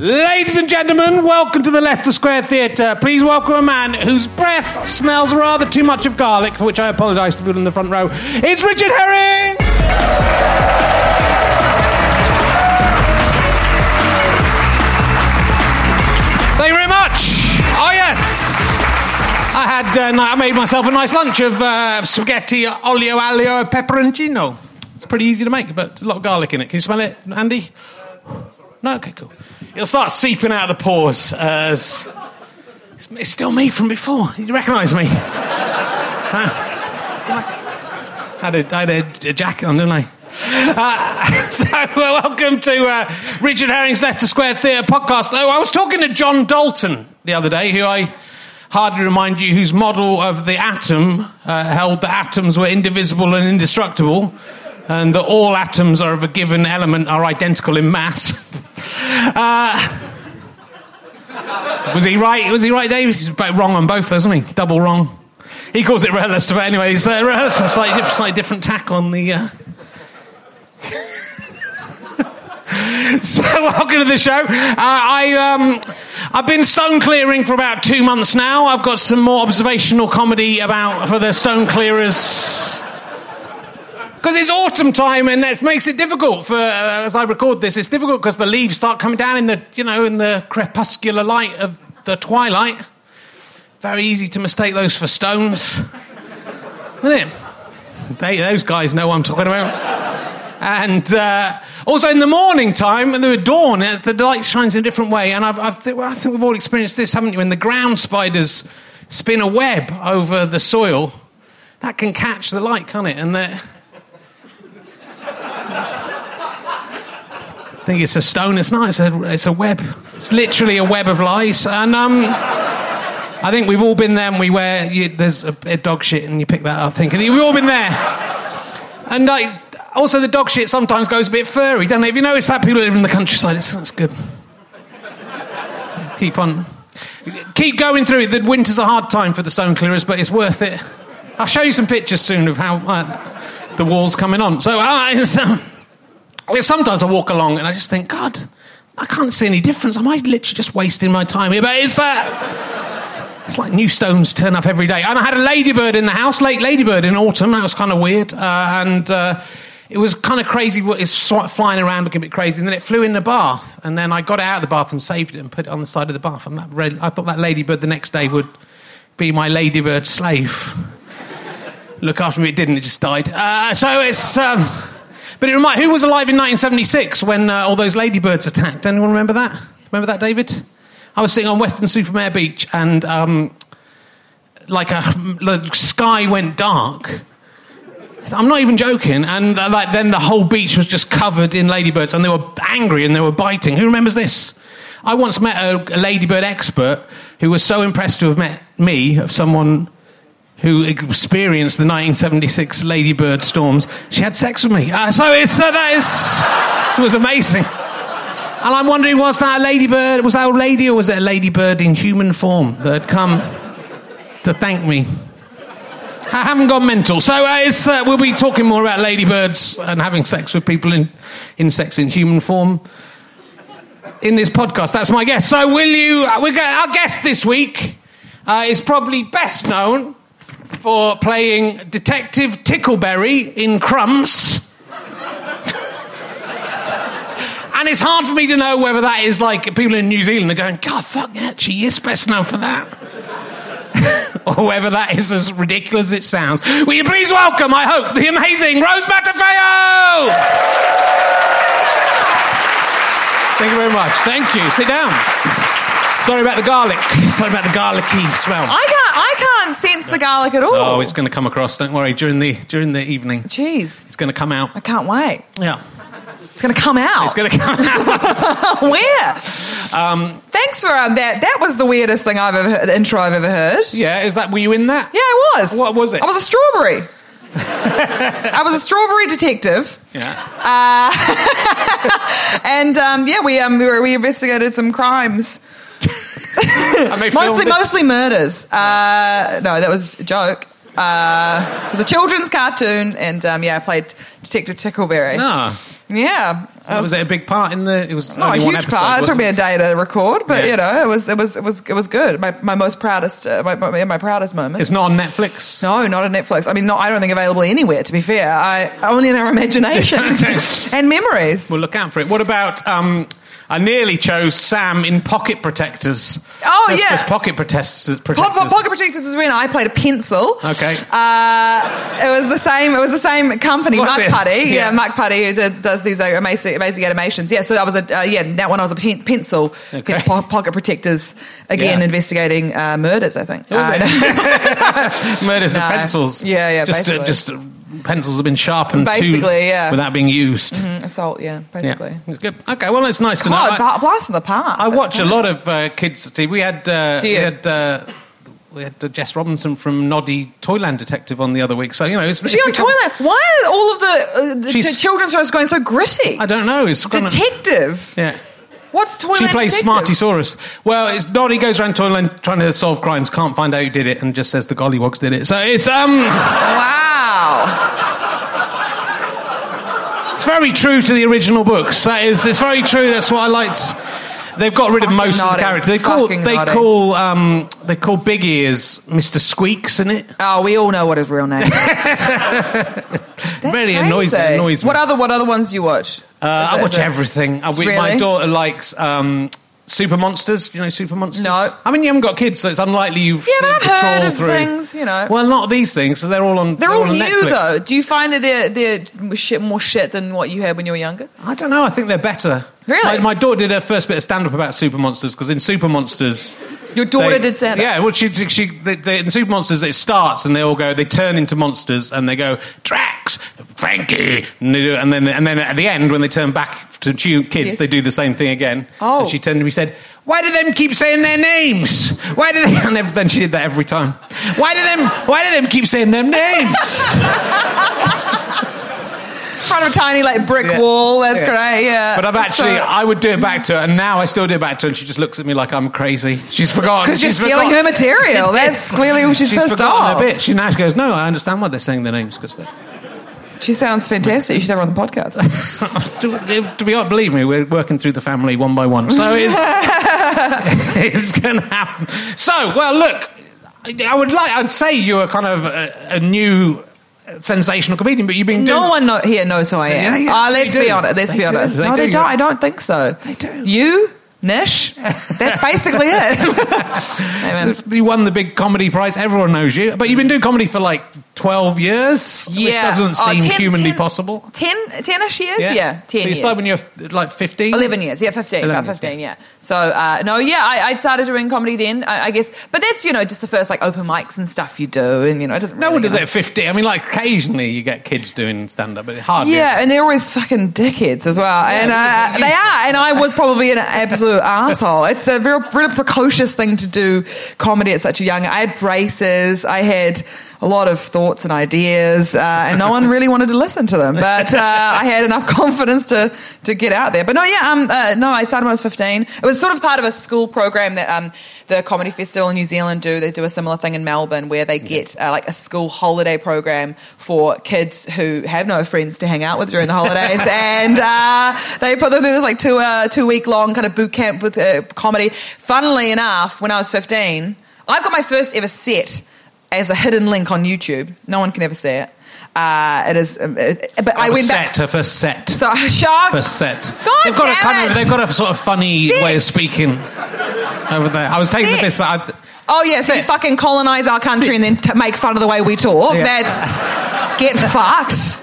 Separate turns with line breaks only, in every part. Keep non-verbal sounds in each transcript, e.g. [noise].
Ladies and gentlemen, welcome to the Leicester Square Theatre. Please welcome a man whose breath smells rather too much of garlic, for which I apologise to people in the front row. It's Richard Herring! Thank you very much. Oh, yes. I had, uh, ni- I made myself a nice lunch of uh, spaghetti olio alio peperoncino. It's pretty easy to make, but there's a lot of garlic in it. Can you smell it, Andy? No, okay, cool. It'll start seeping out of the pores. Uh, it's, it's- it's still me from before. You recognise me? I had a, I had a, a jacket on, didn't I? Uh, [laughs] so, uh, welcome to uh, Richard Herring's Leicester Square Theatre podcast. Oh, I was talking to John Dalton the other day, who I hardly remind you, whose model of the atom uh, held that atoms were indivisible and indestructible, and that all atoms are of a given element are identical in mass. [laughs] uh, was he right? Was he right, Dave? He's about wrong on both, isn't he? Double wrong. He calls it realist, but anyway, he's uh, realist, but slightly, diff- slightly different tack on the. Uh... [laughs] so [laughs] welcome to the show. Uh, I um, I've been stone clearing for about two months now. I've got some more observational comedy about for the stone clearers. Because it's autumn time, and that makes it difficult for. Uh, as I record this, it's difficult because the leaves start coming down in the you know in the crepuscular light of the twilight. Very easy to mistake those for stones, [laughs] isn't it? They, those guys know what I'm talking about. And uh, also in the morning time, and the dawn, as the light shines in a different way. And I've, I've, well, I think we've all experienced this, haven't you? When the ground spiders spin a web over the soil, that can catch the light, can't it? And the- I think it's a stone. It's not. It's a, it's a web. It's literally a web of lies. And um, I think we've all been there. And we wear you, there's a, a dog shit, and you pick that up. Thinking we've all been there. And like, also the dog shit sometimes goes a bit furry, doesn't it? Have you noticed that people who live in the countryside? It's, that's good. Keep on. Keep going through it. The winter's a hard time for the stone clearers, but it's worth it. I'll show you some pictures soon of how. Uh,
the wall's coming on. So uh, [laughs] it's, um, it's sometimes I walk along and I just think, God, I can't see any difference. Am I literally just wasting my time here? But it's Uh, it's like new stones turn up every day. And I had a ladybird in the house, late ladybird in autumn. That was kind of weird. Uh, and uh, it was kind of crazy. It's sort of flying around looking a bit crazy. And then it flew in the bath. And then I got it out of the bath and saved it and put it on the side of the bath. And that red, I thought that ladybird the next day would be my ladybird slave. Look after me. It didn't. It just died. Uh, so it's. Um, but it reminds. Who was alive in 1976 when uh, all those ladybirds attacked? Anyone remember that? Remember that, David? I was sitting on Western Supermare Beach, and um, like a the sky went dark. I'm not even joking. And uh, like then the whole beach was just covered in ladybirds, and they were angry and they were biting. Who remembers this? I once met a, a ladybird expert who was so impressed to have met me, of someone who experienced the 1976 ladybird storms. She had sex with me. Uh, so it's uh, that is it was amazing. And I'm wondering, was that a ladybird? Was that a lady, or was it a ladybird in human form that had come to thank me? I haven't gone mental. So uh, it's, uh, we'll be talking more about ladybirds and having sex with people in insects in human form in this podcast. That's my guess. So will you? Uh, we're going, our guest this week uh, is probably best known for playing Detective Tickleberry in Crumbs. And it's hard for me to know whether that is like people in New Zealand are going, God, fuck that, she is best known for that [laughs] or whether that is as ridiculous as it sounds. Will you please welcome, I hope, the amazing Rose Matafeo? Thank you very much. Thank you. Sit down. Sorry about the garlic. [laughs] Sorry about the garlicky smell.
I can't. I can't sense the garlic at all.
Oh, it's going to come across. Don't worry. During the during the evening,
Jeez,
it's going to come out.
I can't wait.
Yeah,
It's going to come out.
it's going to [laughs] come out.
[laughs] Where? Thanks for um, that. That was the weirdest thing I've ever heard, intro I've ever heard.
yeah, is that? Were you in that?
Yeah, I was.
What was it?
I was a strawberry.
[laughs]
I was a strawberry detective,
Yeah.
and um, yeah, we um, we, were, we investigated some crimes,
And they filmed
mostly
it.
mostly murders. Uh, no, that was a joke. Uh, it was a children's cartoon, and um, yeah, I played Detective Tickleberry.
No.
Yeah, I
Was it a big part in the? It was
not
only
a
one
huge
episode,
part. It took
wasn't
me a day to record, but
Yeah.
you know, it was it was it was it was good. My my most proudest uh, my, my my proudest moment.
It's not on Netflix.
no, not on Netflix. I mean, not, I don't think available anywhere. To be fair, I only in our
[laughs]
imaginations [laughs] and memories.
We'll look out for it. What about? Um, I nearly chose Sam in Pocket Protectors.
Oh,
That's
yeah.
'cause Pocket Protectors.
Pop-
protectors.
Pop- Pocket Protectors was when I played a pencil.
Okay.
Uh, it was the same. It was the same company,
Was
Mark
it?
Putty. Yeah.
Yeah.
Mark Putty who did, does these uh, amazing, amazing animations. Yeah, so that was a uh, yeah that one. I was a pen- pencil,
Okay.
Hence po- pocket protectors again,
Yeah. Oh,
investigating uh, murders. I think. Uh,
it? Murders
No.
of pencils.
Yeah, yeah,
Just, uh,
basically.
just pencils have been sharpened too-
Basically, yeah.
without being used.
Uh, [laughs] assault. Yeah, basically.
Yeah, it's good. Okay, well, it's nice to know.
God,
I-
bla- blast in the past.
I
That's
watch a
fine.
lot of uh, kids. See, we had uh,
Do
we
you?
had uh, we had uh, Jess Robinson from Noddy Toyland Detective on the other week. So you know, it's,
Is
it's
she on
become-
Twilight? Why are all of the, uh, the
She's-
the children's shows going so gritty?
I don't know. It's kind of-
Detective.
yeah.
What's Twilight?
She plays
Detective?
Smartysaurus. Well, it's Noddy goes around Toyland trying to solve crimes, can't find out who did it, and just says the gollywogs did it. So it's um,
Wow.
it's very true to the original books. That is, it's very true. That's what I liked. They've got rid of
Fucking
most of the
Noddy.
characters. They call
Fucking
they
Noddy.
call um, they call Big Ears Mr. Squeaks in it.
Oh, we all know what his real
[laughs]
name is.
very
Crazy.
annoys annoys me.
What other what other ones do you watch?
Uh,
Is it-
I
is
watch
it-
everything. I, we, My
Really?
daughter likes um, Super Monsters. Do you know Super Monsters?
No.
I mean, you haven't got kids, so it's unlikely you've
Yeah, but
sort
I've
patrol
heard of
through.
things, you know.
Well, not these things, so they're all on.
They're all
on
new
Netflix.
though. Do you find that they're they're shit more shit than what you had when you were younger?
I don't know. I think they're better.
Really?
My, my daughter did her first bit of stand up about Super Monsters because in Super Monsters.
Your daughter
they-
did stand
Yeah, well, she, she they, they, in Super Monsters it starts and they all go, they turn into monsters and they go Drax, Frankie, and, they do, and then and then at the end when they turn back to tu- kids,
Yes.
they do the same thing again.
Oh.
and she turned to me and said. Why do them keep saying their names? Why do they? [laughs] And ev- then she did that every time. Why do them? Why do them keep saying their names?
[laughs] in front of a tiny like brick
Yeah.
wall. That's
Yeah.
great. Yeah.
But I've actually,
So-
I would do it back to her, and now I still do it back to her, and she just looks at me like I'm crazy. She's forgotten.
'Cause you're
She's
stealing
forgotten.
her
[laughs]
material. That's clearly what she's pissed
forgotten a
off.
bit. She now she goes, no, I understand why they're saying their names because they're.
She sounds fantastic. You should have her on the
[laughs]
podcast.
to, to be honest, believe me, we're working through the family one by one.
[laughs]
So it's, it's going to happen. So, well, look, I I would like, I'd say you're kind of a, a new sensational comedian, but you've been doing.
No one know, here knows who I am.
Yeah, yeah,
Ah,
yes,
let's
they
be
do.
honest. Let's
They
be
do,
honest.
they
no, they
do.
don't. I don't think so. They
do.
You, Nish. That's basically it.
[laughs]
Hey, man.
You won the big comedy prize. Everyone knows you, but you've been doing comedy for like twelve years, which
Yeah.
doesn't
Oh,
seem
10
humanly
10
possible.
10, 10-ish years? Yeah, 10
so you
years.
started when you were like fifteen.
11 years, yeah, 15,
11
about
years,
15, yeah. So, uh, no, yeah, I, I started doing comedy then, I, I guess. But that's, you know, just the first, like, open mics and stuff you do, and, you know, it doesn't
No
really
one does
matter.
it at fifteen. I mean, like occasionally you get kids doing stand up, but it's hard.
Yeah, and they're always fucking dickheads as well, and
yeah,
uh,
yeah.
they are. And I was probably
[laughs]
an absolute asshole. It's a real, real precocious thing to do comedy at such a young. I had braces. I had a lot of thoughts and ideas, uh, and no one
[laughs]
really wanted to listen to them. But uh, I had enough [laughs] confidence to to get out there. But no, yeah, um, uh, no, I started when I was fifteen. It was sort of part of a school program that um, the Comedy Festival in New Zealand do. They do a similar thing in Melbourne where they get uh, like a school holiday program for kids who have no friends to hang out with during the holidays, and uh, they put them through this like two uh, two week long kind of boot camp with uh, comedy. Funnily enough, when I was fifteen, I got my first ever set as a hidden link on YouTube. No one can ever see it. Uh, it is, um, it- but I
I
went
set
back.
her first set.
[laughs] So shark.
First set.
God
they've got
damn
a kind
it.
of they've got a sort of funny
Set.
way of speaking over there. I was taking
Set.
the piss. I,
Oh yeah, so you
Sit.
fucking colonize our country
Sit.
and then t- make fun of the way we talk.
Yeah. [laughs]
That's get fucked.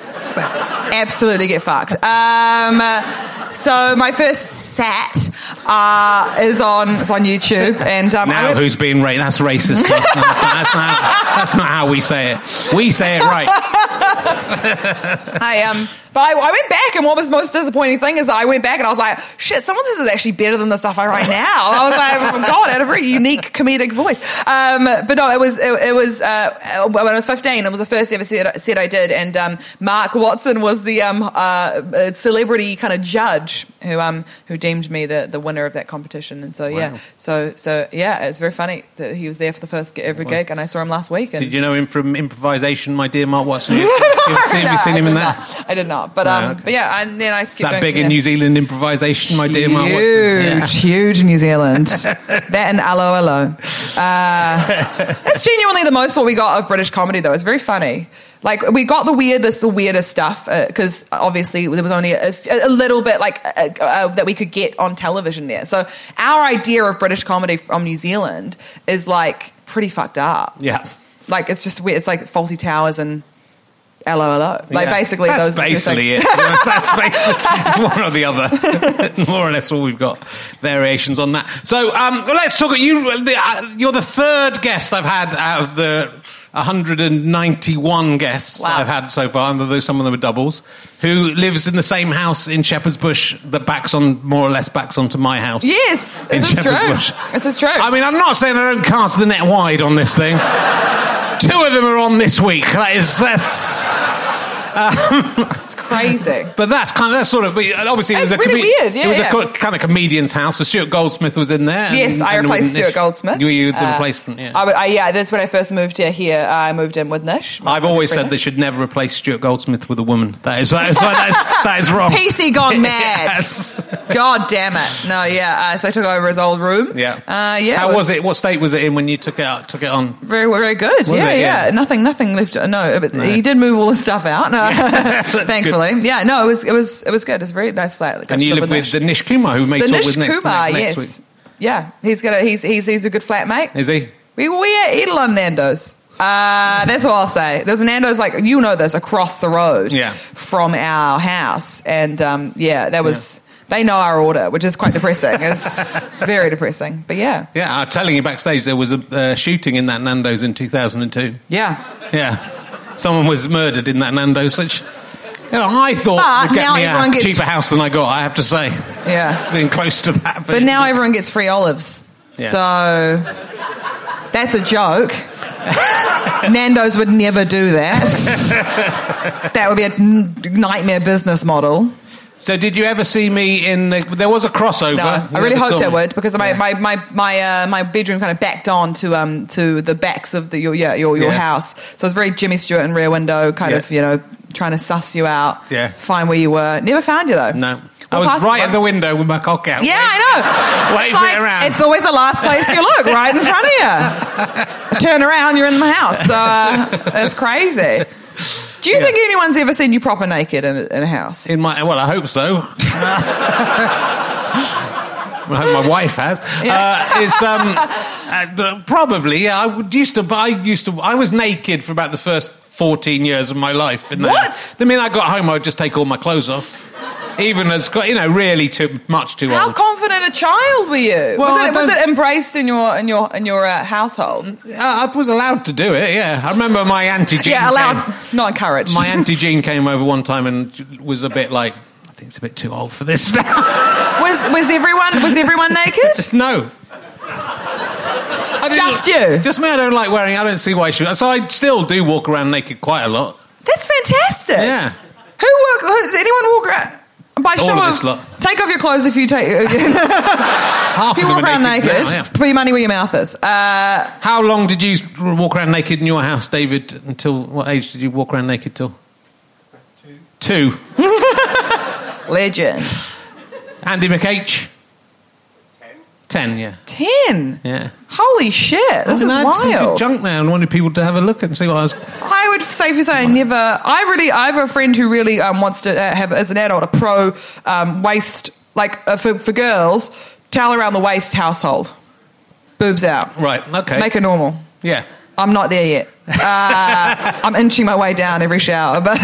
Absolutely get fucked. Um, uh, so my first set uh, is on is on YouTube, and um, I
now
went-
who's being racist? That's racist. That's not, that's, not, that's, not, that's not how we say it. We say it right.
I um, but I, I went back, and what was the most disappointing thing is that I went back and I was like, shit, some of this is actually better than the stuff I write now. I was like, oh, God, I had a very unique comedic voice. Um, but no, it was it, it was uh, when I was fifteen. It was the first ever set, set I did, and um, Mark Watson was the um, uh, uh, celebrity kind of judge who um who deemed me the, the winner of that competition. And so yeah,
Wow.
so so yeah, it was very funny that he was there for the first every gig, and I saw him last week. And
Did you know him from improvisation, my dear Mark
[laughs]
Watson? You've [laughs] you've seen,
No,
you've seen
I
him
did
in that.
not. I did not. But
No,
um,
okay.
but yeah, and then I kept
That
going
big in
from there.
New Zealand improvisation, my dear Mark Watson. Yeah.
Huge, huge New
[laughs]
Zealand. that and Allo Allo. Uh, that's genuinely the most what we got of British comedy, though. It's very funny. Like we got the weirdest, the weirdest stuff because obviously there was only a, a little bit like uh, uh, that we could get on television there. So our idea of British comedy from New Zealand is like pretty fucked up.
Yeah.
Like it's just weird. It's like Faulty Towers and Allo Allo. Like
Yeah.
basically
that's
those are the two
basically
things.
it. that's basically it's one or the other. [laughs] More or less, all we've got variations on that. So um, well, let's talk. You, the, uh, you're the third guest I've had out of the 191 guests
Wow.
I've had so far, and though some of them are doubles, who lives in the same house in Shepherd's Bush that backs on more or less backs onto my house.
Yes,
in
this is
Shepherd's
true.
Bush.
This is true.
I mean, I'm not saying I don't cast the net wide on this thing. Two of them are on this week. That is that's. [laughs] um,
it's [laughs] crazy.
But that's kind of that's sort of but obviously it was
That's
a
really weird, yeah,
it was
yeah.
a co- kind of comedian's house. So Stuart Goldsmith was in there. and-
Yes, I
and Nish-
replaced Stuart Goldsmith.
You were you the
Uh,
replacement. Yeah,
I, would- I, yeah, that's when I first moved here. Here, I moved in with Nish.
I've always said they should never replace Stuart Goldsmith with a woman. That is that is that is, that is wrong. [laughs]
PC gone mad.
Yes.
God damn it! No, yeah. Uh, so I took over his old room.
Yeah.
Uh, yeah.
How was it? What state was it in when you took it out, took it on?
Very, very good.
it?
yeah, yeah,
Yeah.
Nothing, nothing left. No, but he did move all his stuff out. No,
[laughs]
thankfully. Yeah. No, it was, it was, it was good. It's a very nice flat. Got
And
to
you
live
lived with
Nish.
the Nish Kumar who made
the
talk
Nish
with next,
Kumar.
next,
yes.
next week.
Yeah, he's got a he's he's he's a good flatmate.
Is he?
We we ate it on Nando's. Uh, that's all I'll say. There's a Nando's like you know this across the road
Yeah.
from our house, and um, yeah, that was they know our order, which is quite depressing. It's [laughs] very depressing, but yeah,
Yeah, I'm telling you backstage there was a uh, shooting in that Nando's in 2002.
yeah.
Yeah. Someone was murdered in that Nando's, which you know, I
But
thought would get
now
me a
everyone gets-
cheaper house than I got, I have to say.
Yeah.
Being close to that.
But now everyone gets free olives,
Yeah.
so that's a joke. [laughs] Nando's
[laughs]
would never do that. that would be a n- nightmare business model.
So did you ever see me in the? There was a crossover.
No,
You
I really
never saw
hoped I
me.
would because my
Yeah.
my my my, uh, my bedroom kind of backed on to um to the backs of the your yeah, your your
Yeah.
house, so it was very Jimmy Stewart and Rear Window kind
Yeah.
of you know trying to suss you out,
Yeah.
find where you were. Never found you though.
No, I
Well,
was
past
right at the
once.
window with my cock out.
Yeah,
[laughs]
I know.
Waving
it's, like-
it around.
it's always the last place you
[laughs]
look, right in front of you. Turn around, you're in my house. So uh, that's crazy. Do you think anyone's ever seen you proper naked in a, in a house?
In my well, I hope so. [laughs] I hope my wife has. Uh, it's um, uh, probably. Yeah, I would- used to. I used to. I was naked for about the first fourteen years of my life. In the-
What?
The minute I got home, I would just take all my clothes off. Even as you know, really too much too
How
old.
confident a child were you?
Well, I
was, it, was
don't-
it embraced in your in your in your uh, household?
I I was allowed to do it. Yeah, I remember my auntie. Jean
[laughs] yeah, allowed,
came-
not encouraged.
My auntie Jean came over one time and was a bit like, I think it's a bit too old for this now. [laughs]
was was everyone was everyone naked?
no. I didn't-
Just you?
Just me. I don't like wearing. I don't see why I should. So I still do walk around naked quite a lot.
That's fantastic.
Yeah.
Who walk? Who, does anyone walk around? By
All
show
of this lot.
take off your clothes if you [laughs] take.
Half
if you
of them are
walk around naked,
now, yeah.
put your money where your mouth is. Uh,
How long did you walk around naked in your house, David? Until what age did you walk around naked till? Two. Two.
legend.
Andy McH. Ten. Ten. Yeah.
Ten.
Yeah.
Holy shit! This
I mean,
is
I had some good
wild.
junk there and wanted people to have a look and see what I was.
I would safely say I never. I really. I have a friend who really um, wants to uh, have as an adult a pro um, waist like uh, for for girls towel around the waist household, boobs out,
Right. Okay.
make it normal.
yeah.
I'm not there yet. Uh, I'm inching my way down every shower, [laughs] but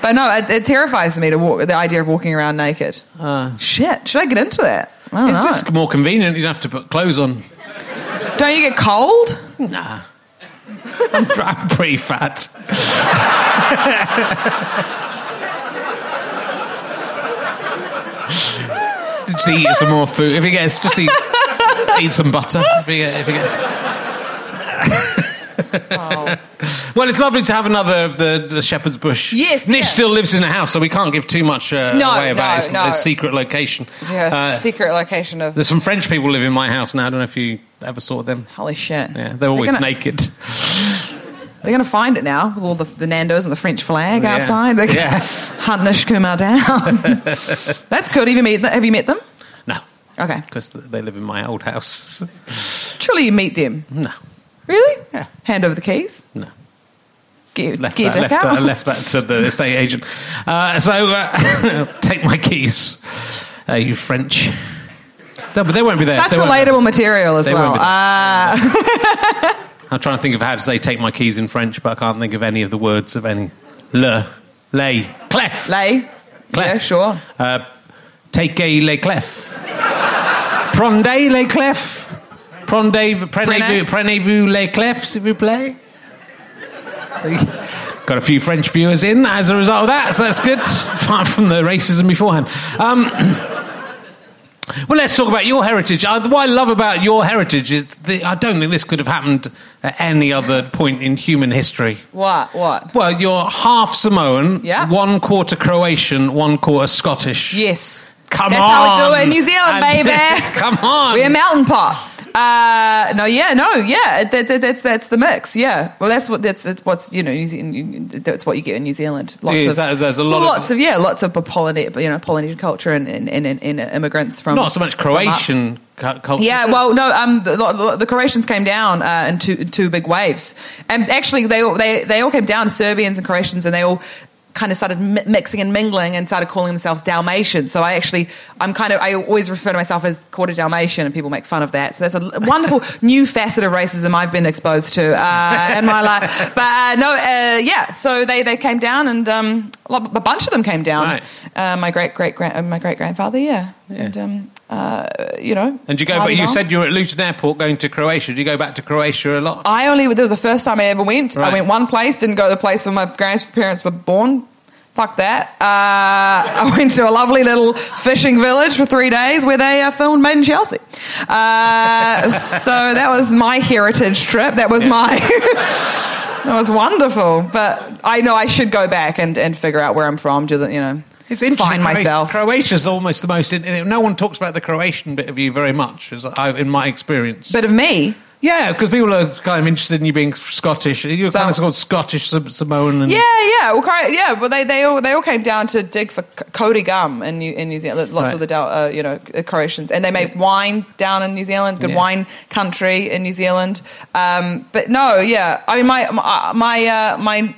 but no, it, it terrifies me to walk. The idea of walking around naked. Shit, should I get into that? I don't
It's
know.
just more convenient. You don't have to put clothes on.
Don't you get cold?
Nah. I'm, pr- I'm pretty fat. just eat some more food. If you get, just eat, eat some butter. If you get, if you get. well, it's lovely to have another of the, the shepherd's bush.
Yes,
Nish
yeah.
still lives in the house, so we can't give too much uh,
No,
away about
no,
his,
no.
his secret location.
Yeah,
Uh,
secret location of
There's some French people live in my house now. I don't know if you ever saw them.
holy shit.
Yeah, they're always
gonna,
naked.
They're going to find it now with all the, the Nando's and the French flag
Yeah.
outside. They're [laughs]
Yeah.
gonna hunt Nish
[laughs]
Kumar down. That's cool. Have you meet? Have you met them?
No,
Okay,
because they live in my old house. [laughs]
surely you meet them.
No,
Really?
Yeah.
Hand over the keys.
no.
Get,
Left
get
that,
your
left,
dick
that,
out.
I left that to the estate agent. Uh, so uh, [laughs] take my keys, uh, you French. No, but they won't be there.
Such
They won't be
relatable material as
They
well.
won't be
Uh,
there. I'm trying to think of how to say "take my keys" in French, but I can't think of any of the words of any. Le, lay, clef,
lay.
clef.
Uh, Yeah, sure.
Uh, take les clef. Prenez les clef. Prenez, prenez,
Prenez.
prenez vous les clefs, s'il vous plaît. Got a few French viewers in as a result of that, so that's good. Apart from the racism beforehand. Um, [clears throat] well, let's talk about your heritage. Uh, what I love about your heritage is that I don't think this could have happened at any other point in human history.
What? What?
Well, you're half Samoan,
Yeah.
one quarter Croatian, one quarter Scottish.
Yes.
Come
That's
on.
how we do it in New Zealand,
And-
baby.
Come on.
We're mountain pop. Uh, no, yeah, no, yeah. That, that, that's that's the mix. Yeah. Well, that's what that's that's what's you know New Zealand, that's what you get in New Zealand. Lots
Yes,
of
that- there's a lot of-
lots of, yeah, lots of Polynesian you know Polynesian culture and and, and, and immigrants from
Not so much
from up-
Croatian cu- culture.
Yeah, well, no, um, the, the, the Croatians came down uh, in two two big waves, and actually they all- they they all came down Serbians and Croatians, and they all kind of started mi- mixing and mingling and started calling themselves Dalmatians. So I actually I'm kind of I always refer to myself as quarter Dalmatian, and people make fun of that. So that's
[laughs]
a wonderful new facet of racism I've been exposed to uh, in
[laughs]
my life. But uh, no, uh, yeah, so they they came down, and um, a lot- a bunch of them came down.
Right.
Uh, my great great grand my great grandfather, yeah, and um, uh, you know,
And you go
Hardy
back, you
Long.
said you were at Luton Airport going to Croatia. Do you go back to Croatia a lot?
I only that was the first time I ever went.
Right.
I went one place, didn't go to the place where my grandparents were born. Fuck that. Uh, [laughs] I went to a lovely little fishing village for three days where they uh, filmed Made in Chelsea. Uh, so that was my heritage trip. That was my. [laughs] that was wonderful. But I know I should go back and, and figure out where I'm from. Do the you know.
It's interesting.
find
Croa-
myself.
Croatia's almost the most. in- in- No one talks about the Croatian bit of you very much, as I, in my experience.
Bit of me.
yeah, because people are kind of interested in you being Scottish. You're
So-
kind of called Scottish Sam- Samoan. And,
Yeah, yeah, well, Cro- yeah. Well, they, they all they all came down to dig for c- Cody gum in New, in New Zealand. Lots
Right.
of the Dal- uh, you know Croatians, and they made wine down in New Zealand. Good
Yeah.
wine country in New Zealand. Um, but no, yeah. I mean, my my my uh, my,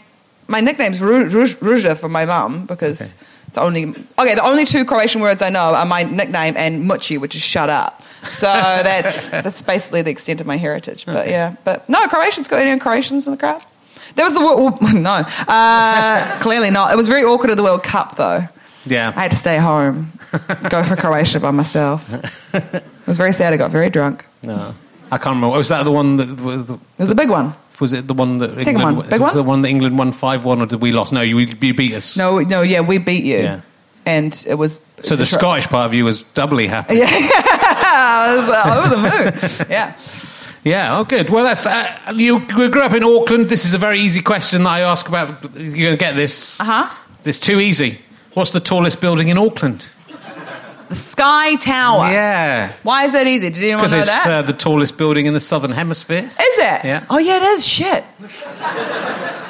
my nickname's Ru- Ru- Ruja for my mum because it's only okay. The only two Croatian words I know are my nickname and Muchi, which is shut up. So that's that's basically the extent of my heritage. But yeah, but no Croatians. Got any Croatians in the crowd? There was the World [laughs] No, uh, clearly not. It was very awkward at the World Cup, though.
Yeah.
I had to stay home, go for Croatia by myself. It was very sad. I got very drunk.
No. I can't remember. Was that the one that was,
It was a big one.
was it the one that
Second
England
one. Big
was
one?
the one that England won five one or did we lost? No, you, you beat us.
No, no, yeah, we beat you,
Yeah.
and it was
So the
Tr-
Scottish part of you was doubly happy.
Yeah, I was uh, over the moon. [laughs] Yeah.
Yeah, oh, good. Well, that's uh, you grew up in Auckland. This is a very easy question that I ask about. You're going to get this.
Uh huh.
It's too easy. What's the tallest building in Auckland?
The Sky Tower.
Yeah,
Why is that easy? Did anyone
because
know
it's
that?
uh, the tallest building in the southern hemisphere.
Is it?
Yeah.
Oh yeah, it is. Shit.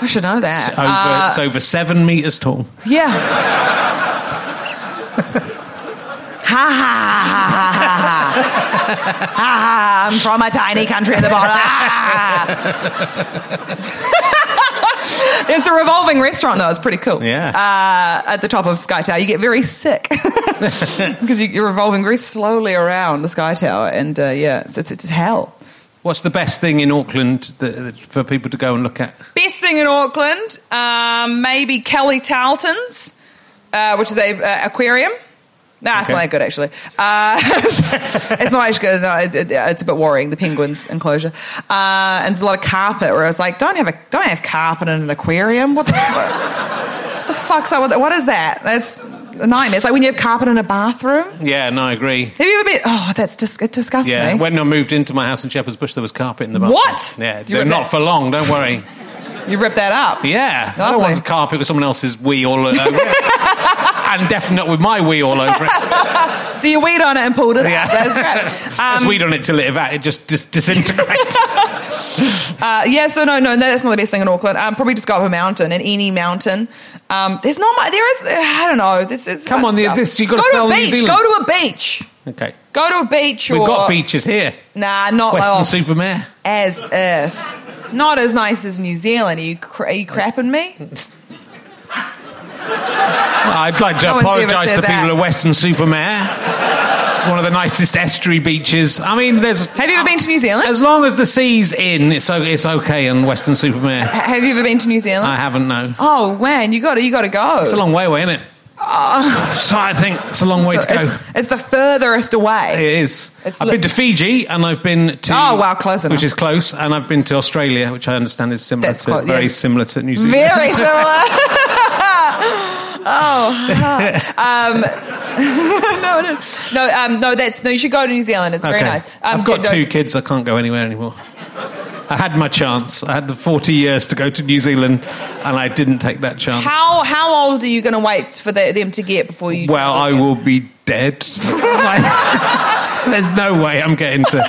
I should know
It's
that.
over,
Uh,
it's over seven meters tall.
Yeah. [laughs] ha ha ha ha ha ha. ha. I'm from a tiny country at the bottom. Ah. [laughs] it's a revolving restaurant, though. It's pretty cool.
Yeah.
Uh, at the top of Sky Tower, you get very sick [laughs] because you, you're revolving very slowly around the Sky Tower, and uh, yeah, it's, it's, it's hell.
What's the best thing in Auckland that, that- for people to go and look at?
Best thing in Auckland, um, maybe Kelly Tarleton's, uh, which is a uh, aquarium. Nah, it's
Okay.
not that good actually. Uh, [laughs] it's not actually good. No, it, it- it's a bit worrying. The penguins enclosure, uh, and there's a lot of carpet. Where I was like, don't have a don't have carpet in an aquarium. What the, fuck? the fuck's up with that? [laughs] What is that? That's a nightmare. It's like when you have carpet in a bathroom.
Yeah, no, I agree.
Have you ever been? Oh, that's dis- it disgusts
Yeah,
me.
when I moved into my house in Shepherd's Bush, there was carpet in the bathroom.
eh? What?
Yeah,
You were
not
there-
for long. Don't
[laughs]
worry.
you rip that up.
Yeah, I don't
Lovely.
want a carpet with someone else's wee all over [laughs] it. and definitely not with my wee all over
[laughs]
it.
So you weed on it and pulled it
Yeah.
out.
[laughs]
That's great. Um,
Just weed on it till it, eva- it just dis-
[laughs]
disintegrates.
Uh, yeah, so no, no, that's not the best thing in Auckland. Um, probably just go up a mountain, and any mountain. Um, there's not much. There is. I don't know. This is.
Come
much
on, the-
stuff.
this- you
go
gotta
to
sell
a
New
beach.
Zealand.
Go to a beach.
okay.
Go to a beach.
We've
or,
got beaches here.
Nah, not
Western
well,
Supermare.
as if. Not as nice as New Zealand. Are you, cra- are you crapping me?
I'd like to
No one's ever
apologise to
said
the people
that.
of Western Supermare. it's one of the nicest estuary beaches. I mean, there's.
Have you ever been to New Zealand?
As long as the sea's in, it's, o- it's okay in Western Supermare.
Ha- Have you ever been to New Zealand?
I haven't, no.
oh man, you got to you got to go.
It's a long way away, isn't it? so I think it's a long way
Uh, So
to go.
it's, it's the furthest away.
It is.
It's
I've
li-
been to Fiji and I've been to
Oh, wow, close enough.
which is close, and I've been to Australia, which I understand is similar
That's
to
clo-
very
yeah.
similar to New Zealand. [laughs]
Very similar. [laughs] oh, um, [laughs] no, it is. No, um, no, that's no. You should go to New Zealand. It's very
[laughs] Okay.
nice. Um,
I've got
no,
two kids. I can't go anywhere anymore. I had my chance. I had the forty years to go to New Zealand, and I didn't take that chance.
How how old are you going to wait for the, them to get before you?
well, I will be dead. [laughs] Like, There's no way I'm getting to.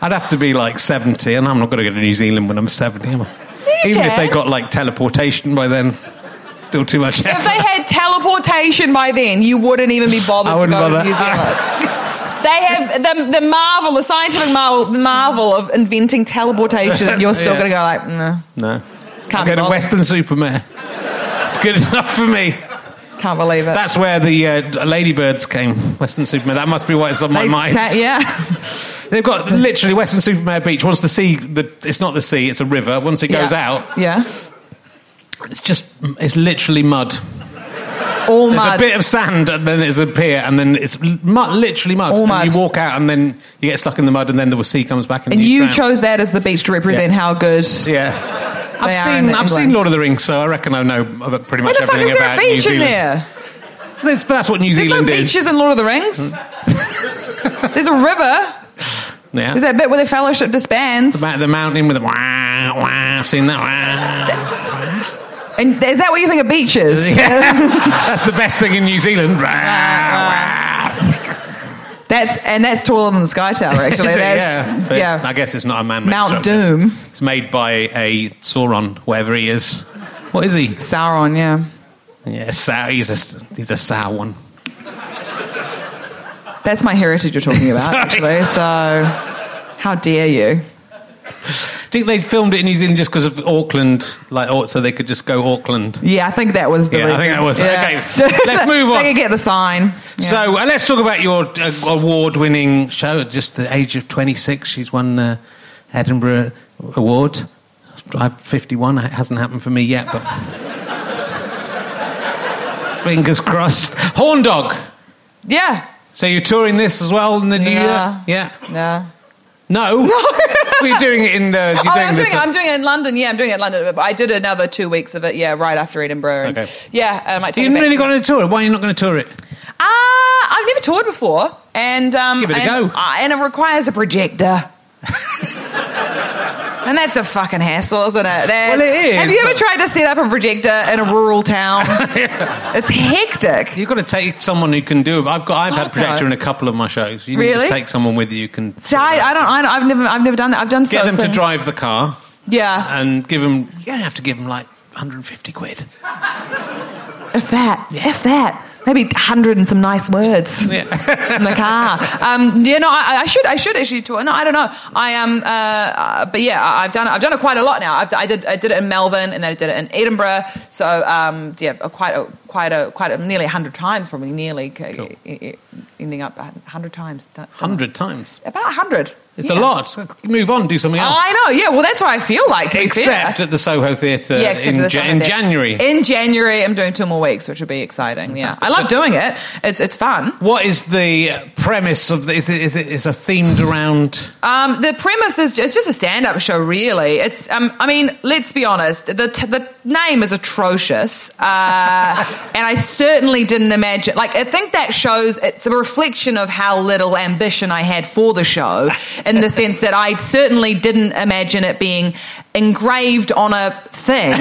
I'd have to be like seventy, and I'm not going to go to New Zealand when I'm seventy. Am I?
you
Even if
can.
they got like teleportation by then, still too much effort.
If they had teleportation by then, you wouldn't even be bothered
I
to
wouldn't
go to
bother. [laughs]
New Zealand. They have the, the marvel, the scientific marvel, marvel of inventing teleportation, and you're still
Yeah.
going to go like, no,
No.
Can't
I go to
bother.
Western Supermare. It's good enough for me.
can't believe it.
That's where the uh, ladybirds came. Western Supermare. That must be why it's on my
They
mind.
can't- yeah.
They've got literally Western Supermare Beach. Once the sea, the, it's not the sea, it's a river. Once it goes
yeah.
out,
Yeah.
it's just, it's literally mud.
All
There's
mud.
a bit of sand and then it's a pier and then it's l- mud, literally mud.
All
and
mud.
you walk out and then you get stuck in the mud and then the sea comes back and,
And you
drown.
chose that as the beach to represent
Yeah.
how good.
Yeah. I've
are in
seen, I've seen
England.
Lord of the Rings, so I reckon I know about pretty
Where
much
the fuck
everything
is there
about
a beach
New
in
Zealand.
there?
There's, that's what New
There's no
Zealand is.
beaches in Lord of the Rings.
Mm.
[laughs] There's a river.
Yeah.
There's that bit where the fellowship disbands.
About the mountain with the wah, wah. I've seen that. Wah.
And is that what you think a beach
[laughs]
is?
That's the best thing in New Zealand.
[laughs] That's and that's taller than the
[laughs]
Sky Tower. Actually,
Is it?
that's
But
yeah.
I guess it's not a man-made
Mount
structure.
Doom.
It's made by a Sauron, wherever he is. What is he?
Sauron. Yeah,
Yeah, sour. He's a he's a sour one.
that's my heritage you're talking
[laughs]
about.
Sorry.
actually, so how dare you?
Do you think they filmed it in New Zealand just because of Auckland? Like, or, so they could just go Auckland.
Yeah, I think that was the.
Yeah, I
reason.
think that was-
[laughs]
okay. Let's move on.
They could get the sign. Yeah.
So uh, let's talk about your uh, award-winning show. At just the age of 26, she's won the Edinburgh Award. I'm 51. It hasn't happened for me yet,
[laughs]
but fingers crossed. Horn Dog.
yeah,
So you're touring this as well in the new
Yeah.
year? Yeah.
[laughs] no.
No. We're doing it in the. You're
Oh,
doing
I'm doing,
this
it, I'm doing it in London. Yeah, I'm doing it in London. But I did another two weeks of it. Yeah, right after Edinburgh. And,
Okay.
Yeah, I might.
Do
take
you
it back.
really going to tour it? Why are you not going to tour it?
Ah, I've never toured before, and um,
Give it a
and,
go.
ah, and it requires
[laughs]
a projector. And that's a fucking hassle, isn't it? That's,
Well, it is,
Have you ever
but-
tried to set up a projector in a
[laughs]
rural town? It's hectic.
You've got to take someone who can do it. I've got. I've had a
Okay.
projector in a couple of my shows. You need to
Really?
just take someone with you who can
See, I, I don't. I, I've never. I've never done that. I've done.
get
sort of
them to
things.
drive the car
Yeah,
and give them. You don't have to give them like 150 quid.
if that. If that. Maybe hundred and some nice words.
Yeah.
[laughs] in the car. Um, you know, I, I should I should actually tour. No, I don't know. I am, um, uh, uh, but yeah, I- I've done it. I've done it quite a lot now. I've, I did I did it in Melbourne and then I did it in Edinburgh. So um, yeah, a- quite a quite a quite a, nearly hundred times probably nearly c-
Cool.
e- e- ending up hundred times. Done- done it.
Hundred times.
About hundred.
It's
Yeah.
a lot. So Move on. Do something else.
I know. Yeah. Well, that's what I feel like. To be fair.
Except at the Soho Theatre
Yeah, except for
in,
this
Ja-
one
in
there.
January.
In January, I'm doing two more weeks, which will be exciting.
Fantastic.
Yeah, I love doing it. It's it's fun.
what is the premise of the? Is it is it is a themed around?
[laughs]
[laughs]
Um, the premise is it's just a stand-up show, really. It's um, I mean, let's be honest. The t- the name is atrocious, uh, [laughs] and I certainly didn't imagine. Like, I think that shows it's a reflection of how little ambition I had for the show, in the sense that I certainly didn't imagine it being engraved on a thing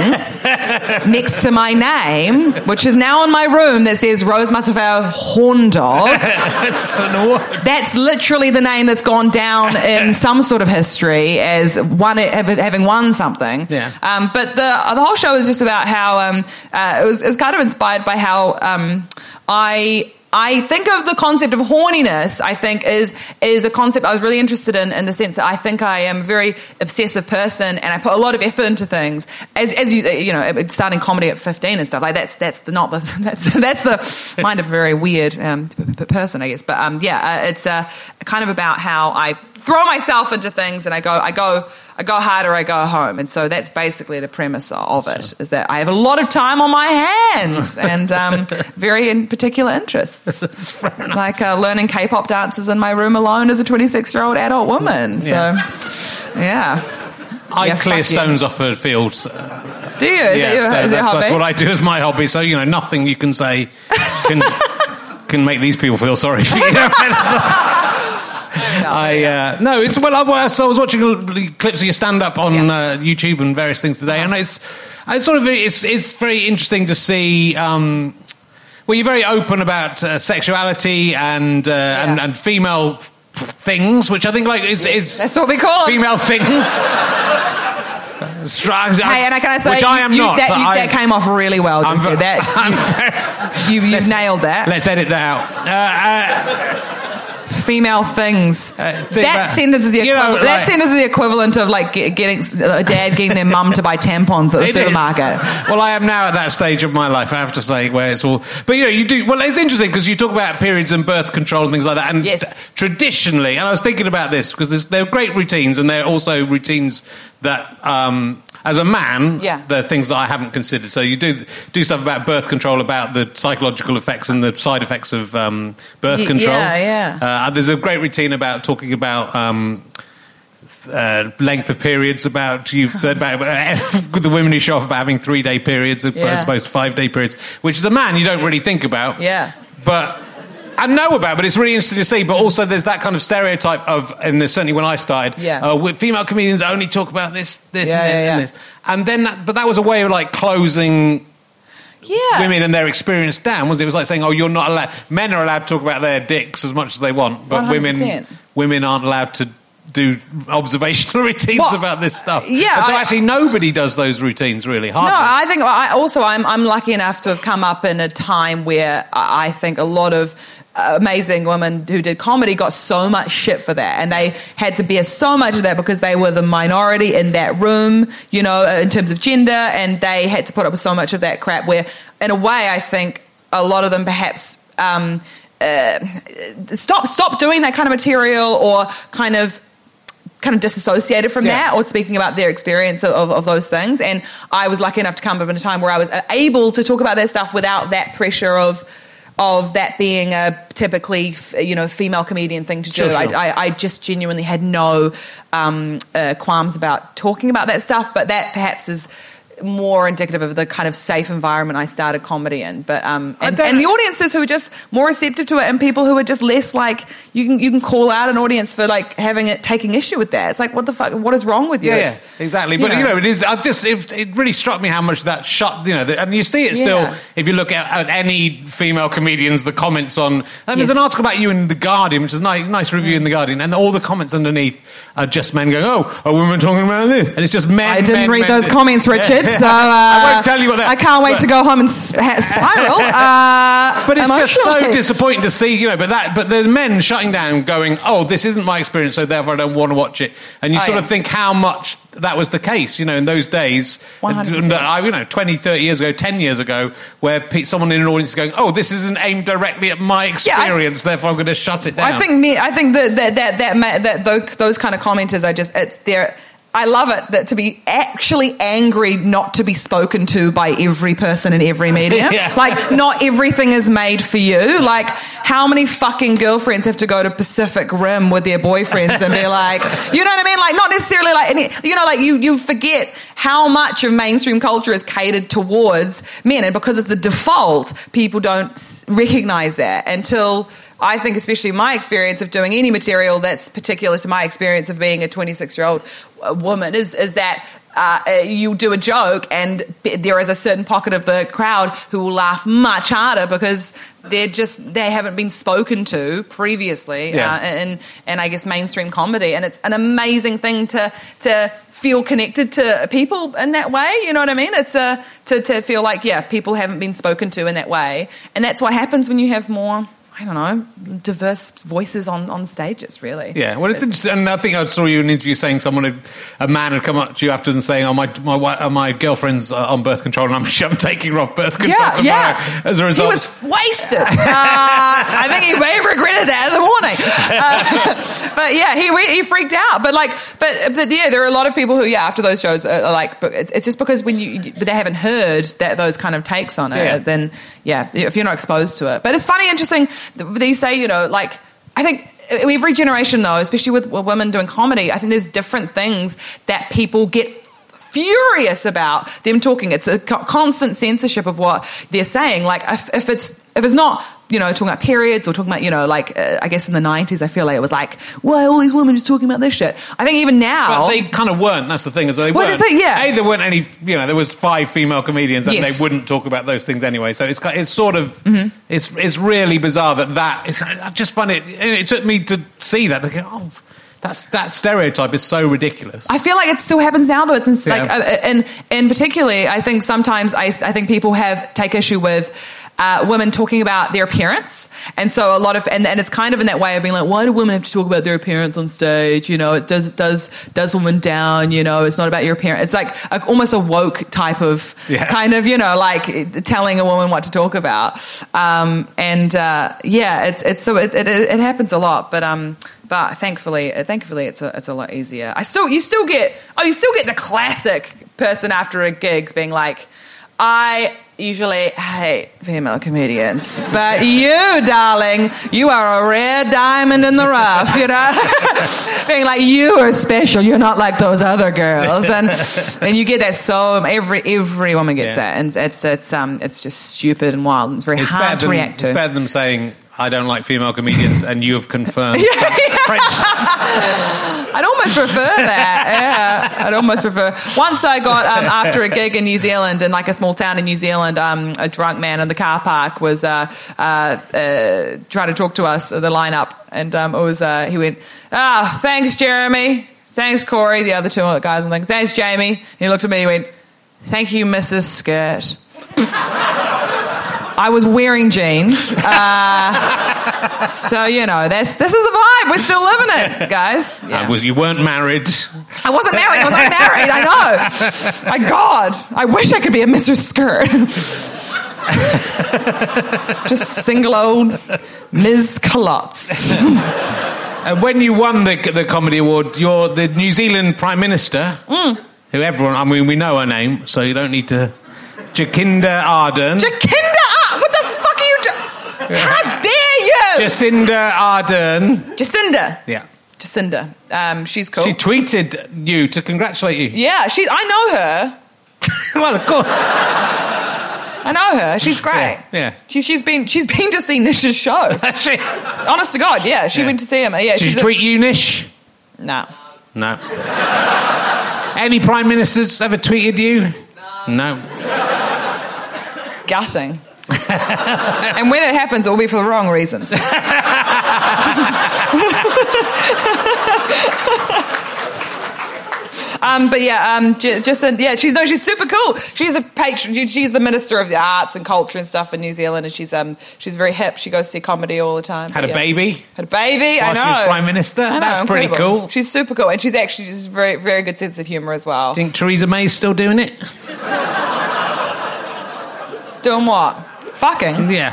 next to my name, which is now in my room that says Rose Matafau Horn Dog.
That's an award.
That's literally the name that's gone down in some sort of history as one hav- having won something.
Yeah.
Um, but the the whole show is just about how um, uh, it was. It's kind of inspired by how um, I. I think of the concept of horniness. I think is is a concept I was really interested in, in the sense that I think I am a very obsessive person, and I put a lot of effort into things. As as you uh, you know, starting comedy at fifteen and stuff like that's that's the not the [laughs] that's that's the mind of a very weird um, p- p- person, I guess. But um, yeah, uh, it's uh, kind of about how I throw myself into things and I go I go I go harder, I go home, and so that's basically the premise of it. Is that I have a lot of time on my hands [laughs] and um, very in particular
[laughs]
interests,
That's fair enough.
like uh, learning K-pop dances in my room alone as a 26-year-old adult woman.
Yeah.
So, yeah,
I
Yeah,
clear
fuck you.
stones off a field. uh,
do you? Is that your,
so
is that your
that's,
hobby?
that's what I do as my hobby. So you know, nothing you can say
[laughs]
can can make these people feel sorry for you. [laughs] You know, it's not- I uh, no, it's well. I was, I was watching l- clips of your stand up on
Yeah. Uh-huh.
uh, YouTube and various things today, and it's it's sort of it's it's very interesting to see. Um, well, you're very open about uh, sexuality and, uh, and and female th- things, which I think like is, is
That's what we call 'em.
female things. Stri-
Hey, and I can I say
which I
you-
am
you-
not.
That,
so
you-
I,
that came off really well.
I'm
Just
ve-
that
[laughs] I'm
[laughs]
very-
you, you've
Let's-
nailed that.
Let's edit that out. Uh, uh,
female things.
Uh, think
that
about-
sentence is the
You know,
equivalent. that
like-
sentence is the equivalent of like ge- getting a dad getting their mum to buy tampons at the
it is.
supermarket.
Well, I am now at that stage of my life. I have to say where it's all. But you know, you do. Well, it's interesting because you talk about periods and birth control and things like that. And
Yes.
traditionally, and I was thinking about this because they're great routines, and they're also routines that. Um, as a man,
Yeah.
there are things that I haven't considered. So you do do stuff about birth control, about the psychological effects and the side effects of um, birth
Y-
control.
yeah, yeah.
Uh, there's a great routine about talking about um, th- uh, length of periods, about
[laughs]
you about uh, [laughs] the women who show off about having three day periods as
Yeah.
opposed to five day periods, which as a man you don't really think about.
Yeah.
But I know about, but it's really interesting to see. But also, there's that kind of stereotype of, and there's certainly when I started,
Yeah.
uh, we- female comedians only talk about this, this,
Yeah,
and,
yeah,
and
yeah.
this. And then, that, but that was a way of like closing
Yeah.
women and their experience down, was it? It was like saying, oh, you're not allowed, men are allowed to talk about their dicks as much as they want, but women
100%.
women aren't allowed to do observational [laughs] routines
Well,
about this stuff.
yeah,
And so
I-
actually, nobody does those routines really hardly.
No, I think I also I'm I'm lucky enough to have come up in a time where I I think a lot of uh, amazing women who did comedy got so much shit for that and they had to bear so much of that because they were the minority in that room you know uh, in terms of gender and they had to put up with so much of that crap where in a way I think a lot of them perhaps um, uh, stop stop doing that kind of material or kind of kind of disassociated from
Yeah.
that or speaking about their experience of, of, of those things. And I was lucky enough to come up in a time where I was able to talk about that stuff without that pressure of of that being a typically f- you know female comedian thing to do.
Sure, sure.
I, I, I just genuinely had no um, uh, qualms about talking about that stuff, but that perhaps is more indicative of the kind of safe environment I started comedy in. But um, and,
don't-
and the audiences who are just more receptive to it, and people who are just less like you can you can call out an audience for like having it taking issue with that. It's like what the fuck, what is wrong with you?
Yeah,
It's-
yeah, exactly. But you know, it is. I just it, it really struck me how much that shut. You know, the, and you see it still
Yeah.
if you look at, at any female comedians. The comments on and there's an
Yes.
article about you in the Guardian, which is a nice, nice review in the Guardian, and all the comments underneath are just men going, "Oh, a woman talking about this," and it's just men.
I didn't
men,
read
men.
those comments,
Yeah.
Richard.
[laughs]
So uh,
I won't tell you what. they're-
I can't wait
but-
to go home and sp-
[laughs]
spiral. Uh,
But it's just so
emotionally.
disappointing to see, you know. But that, but the men shutting down, going, "Oh, this isn't my experience, so therefore I don't want to watch it." And you
Oh,
sort
yeah.
of think how much that was the case, you know, in those days,
100%.
And, uh, I- you know, 20, 30 years ago, ten years ago, where pe- someone in an audience is going, "Oh, this isn't aimed directly at my
Yeah, I-
experience, therefore I'm going to shut it down."
I think me. I think that that that that, ma- that tho- those kind of commenters are just it's there. I love it that to be actually angry, not to be spoken to by every person in every
[laughs]
medium.
Yeah.
Like, not everything is made for you. Like, how many fucking girlfriends have to go to Pacific Rim with their boyfriends and be like, [laughs] you know what I mean? Like, not necessarily like, any, you know, like you you forget how much of mainstream culture is catered towards men, and because it's the default, people don't s- recognize that until. I think, especially my experience of doing any material that's particular to my experience of being a 26 year old woman is is that uh, uh, you do a joke and b- there is a certain pocket of the crowd who will laugh much harder because they're just they haven't been spoken to previously
Yeah.
uh, and and I guess mainstream comedy and it's an amazing thing to to feel connected to people in that way you know what I mean it's a to, to feel like yeah people haven't been spoken to in that way and that's what happens when you have more I don't know diverse voices on on stages really
Yeah, well, it's interesting. And I think I saw you in an interview saying someone, had, a man, had come up to you afterwards and saying, "Oh, my my wi- uh, my girlfriend's uh, on birth control, and I'm, [laughs] I'm taking her off birth control tomorrow." As a result,
He was wasted. Uh, I think he may have regretted that in the morning. Uh, [laughs] but yeah, he re- he freaked out. But like, but but yeah, there are a lot of people who yeah after those shows are, are like, but it's it's just because when you you- but they haven't heard that those kind of takes on it,
Yeah.
then yeah, if you're not exposed to it. But it's funny, interesting. th- They say you know like I think. Every generation, though, especially with with women doing comedy, I think there's different things that people get furious about them talking. It's a co- constant censorship of what they're saying. Like if, if it's if it's not you know talking about periods or talking about you know like uh, I guess in the nineties I feel like it was like why are all these women just talking about this shit. I think even now
But they kind of weren't. That's the thing. Is they
Well,
weren't.
that's it, yeah.
A, there weren't any. You know, there was five female comedians, and
Yes. Mm-hmm.
they wouldn't talk about those things anyway. So it's ki- it's sort of it's it's really bizarre that that. It's, I just find it. It took me to see that. to go, oh, that's that stereotype is so ridiculous.
I feel like it still happens now, though. It's it's
Yeah.
like, uh, and and particularly, I think sometimes I I think people have take issue with. Uh, women talking about their appearance, and so a lot of and, and it's kind of in that way of being like, why do women have to talk about their appearance on stage? You know, it does it does does women down. You know, it's not about your appearance. It's like a, almost a woke type of
Yeah.
kind of you know like telling a woman what to talk about. Um, and uh, yeah, it's it's so it, it it happens a lot, but um, but thankfully, uh, thankfully, it's a it's a lot easier. I still you still get oh you still get the classic person after a gigs being like, I usually hate female comedians, but you, darling, you are a rare diamond in the rough. You know, [laughs] being like you are special. You're not like those other girls, and and you get that so every every woman gets
Yeah.
that, and it's it's um it's just stupid and wild. And it's very
it's
hard
better
to
than,
react to.
It's better than saying I don't like female comedians, and you have
[laughs]
confirmed French.
I'd almost prefer that. Yeah, I'd almost prefer. Once I got um, after a gig in New Zealand in like a small town in New Zealand, um, a drunk man in the car park was uh, uh, uh, trying to talk to us the lineup, and um, it was uh, he went, "Ah, thanks, Jeremy. Thanks, Corey. The other two guys." I'm like, "Thanks, Jamie." And he looked at me. He went, "Thank you, Mrs. Skirt." I was wearing jeans. Uh, so, you know, that's, this is the vibe. We're still living it, guys. Yeah.
Uh, was you weren't married?
I wasn't married. Was I married? I know. My God, I wish I could be a Mrs. Skirt. Just single old Ms. Colotz.
And when you won the the comedy award, you're the New Zealand Prime Minister,
Hmm.
who everyone. I mean, we know her name, so you don't need to. Jacinda Ardern.
Jacinda, Ar- what the fuck are you doing? How dare you?
Jacinda Ardern.
Jacinda.
Yeah.
Jacinda. Um, she's cool.
She tweeted you to congratulate you.
yeah, she. I know her.
well, of course.
I know her. She's great.
Yeah, yeah.
She, she's been she's been to see
[laughs]
Nish's show.
[laughs] she
Honest to God, yeah, she
Yeah.
went to see him. Yeah,
did
she's
you tweet you, Nish?
A, nah.
No. Any prime ministers ever tweeted you? No.
gutting. [laughs] and when it happens, it'll be for the wrong reasons. [laughs] um, but yeah, um, j- just in, yeah, she's no, she's super cool. She's a patron. she- She's the minister of the arts and culture and stuff in New Zealand, and she's um, she's very hip. She goes to see comedy all the time.
Had a
Yeah.
baby.
Had a baby. I
While she
know.
was Prime Minister?
I know,
That's pretty
incredible.
cool.
She's super cool, and she's actually just very very good sense of humor as well.
Think Theresa May's still doing it?
Doing what? Fucking.
Yeah.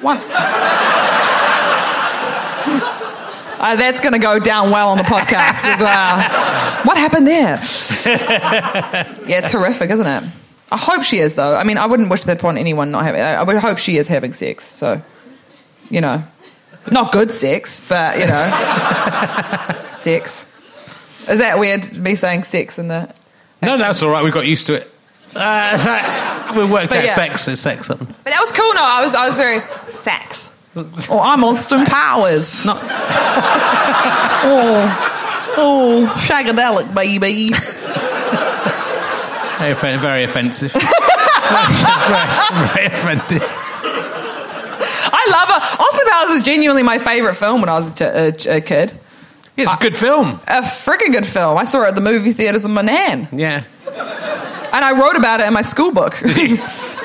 One. Uh, that's going to go down well on the podcast as well. What happened there? yeah, it's horrific, isn't it? I hope she is, though. I mean, I wouldn't wish that upon anyone not having. I I would hope she is having sex. So, you know, not good sex, but you know, sex. Is that weird? Me saying sex in the
No, that's all right. We got used to it. Uh, so we worked
But
out
yeah.
sex is sex. Something.
But that was cool. No, I was I was very sex. oh, I'm Austin Powers.
Not-
[laughs] oh, oh, shagadelic baby.
Very, offen- very offensive. [laughs] She's very, very offensive.
I love her. Austin Powers is genuinely my favorite film when I was a, t- uh, a, a kid.
It's a good film.
A freaking good film. I saw it at the movie theaters with my nan,
Yeah.
and I wrote about it in my school book. [laughs] it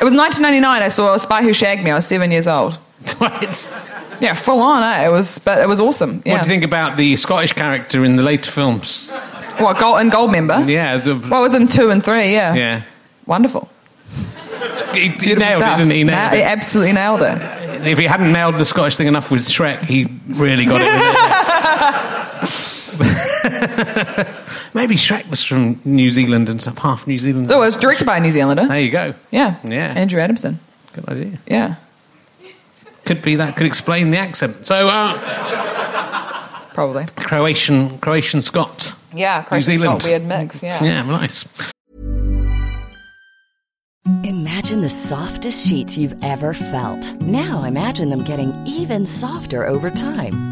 was 1999. I saw A Spy Who Shagged Me. I was seven years old.
[laughs] It's-
Yeah, full on. Eh? It was, but it was awesome. Yeah.
What do you think about the Scottish character in the later films?
What gold and gold member?
Yeah. The,
Well, it was in two and three. Yeah.
yeah.
Wonderful.
He, he
Beautiful
nailed it,
stuff.
didn't he? He
Na-
Nailed
he
it.
absolutely nailed it.
If he hadn't nailed the Scottish thing enough with Shrek, he really got it. with it. [laughs] Maybe Shrek was from New Zealand and some half New Zealand.
It was directed by a New Zealander.
There you go.
Yeah.
Yeah.
Andrew Adamson.
Good idea.
Yeah.
Could be that. Could explain the accent. So uh,
Probably.
Croatian, Croatian Scot.
Yeah.
Croatian Zealand. Scot,
weird
weird
mix. Yeah.
Yeah, nice.
Imagine the softest sheets you've ever felt. Now imagine them getting even softer over time.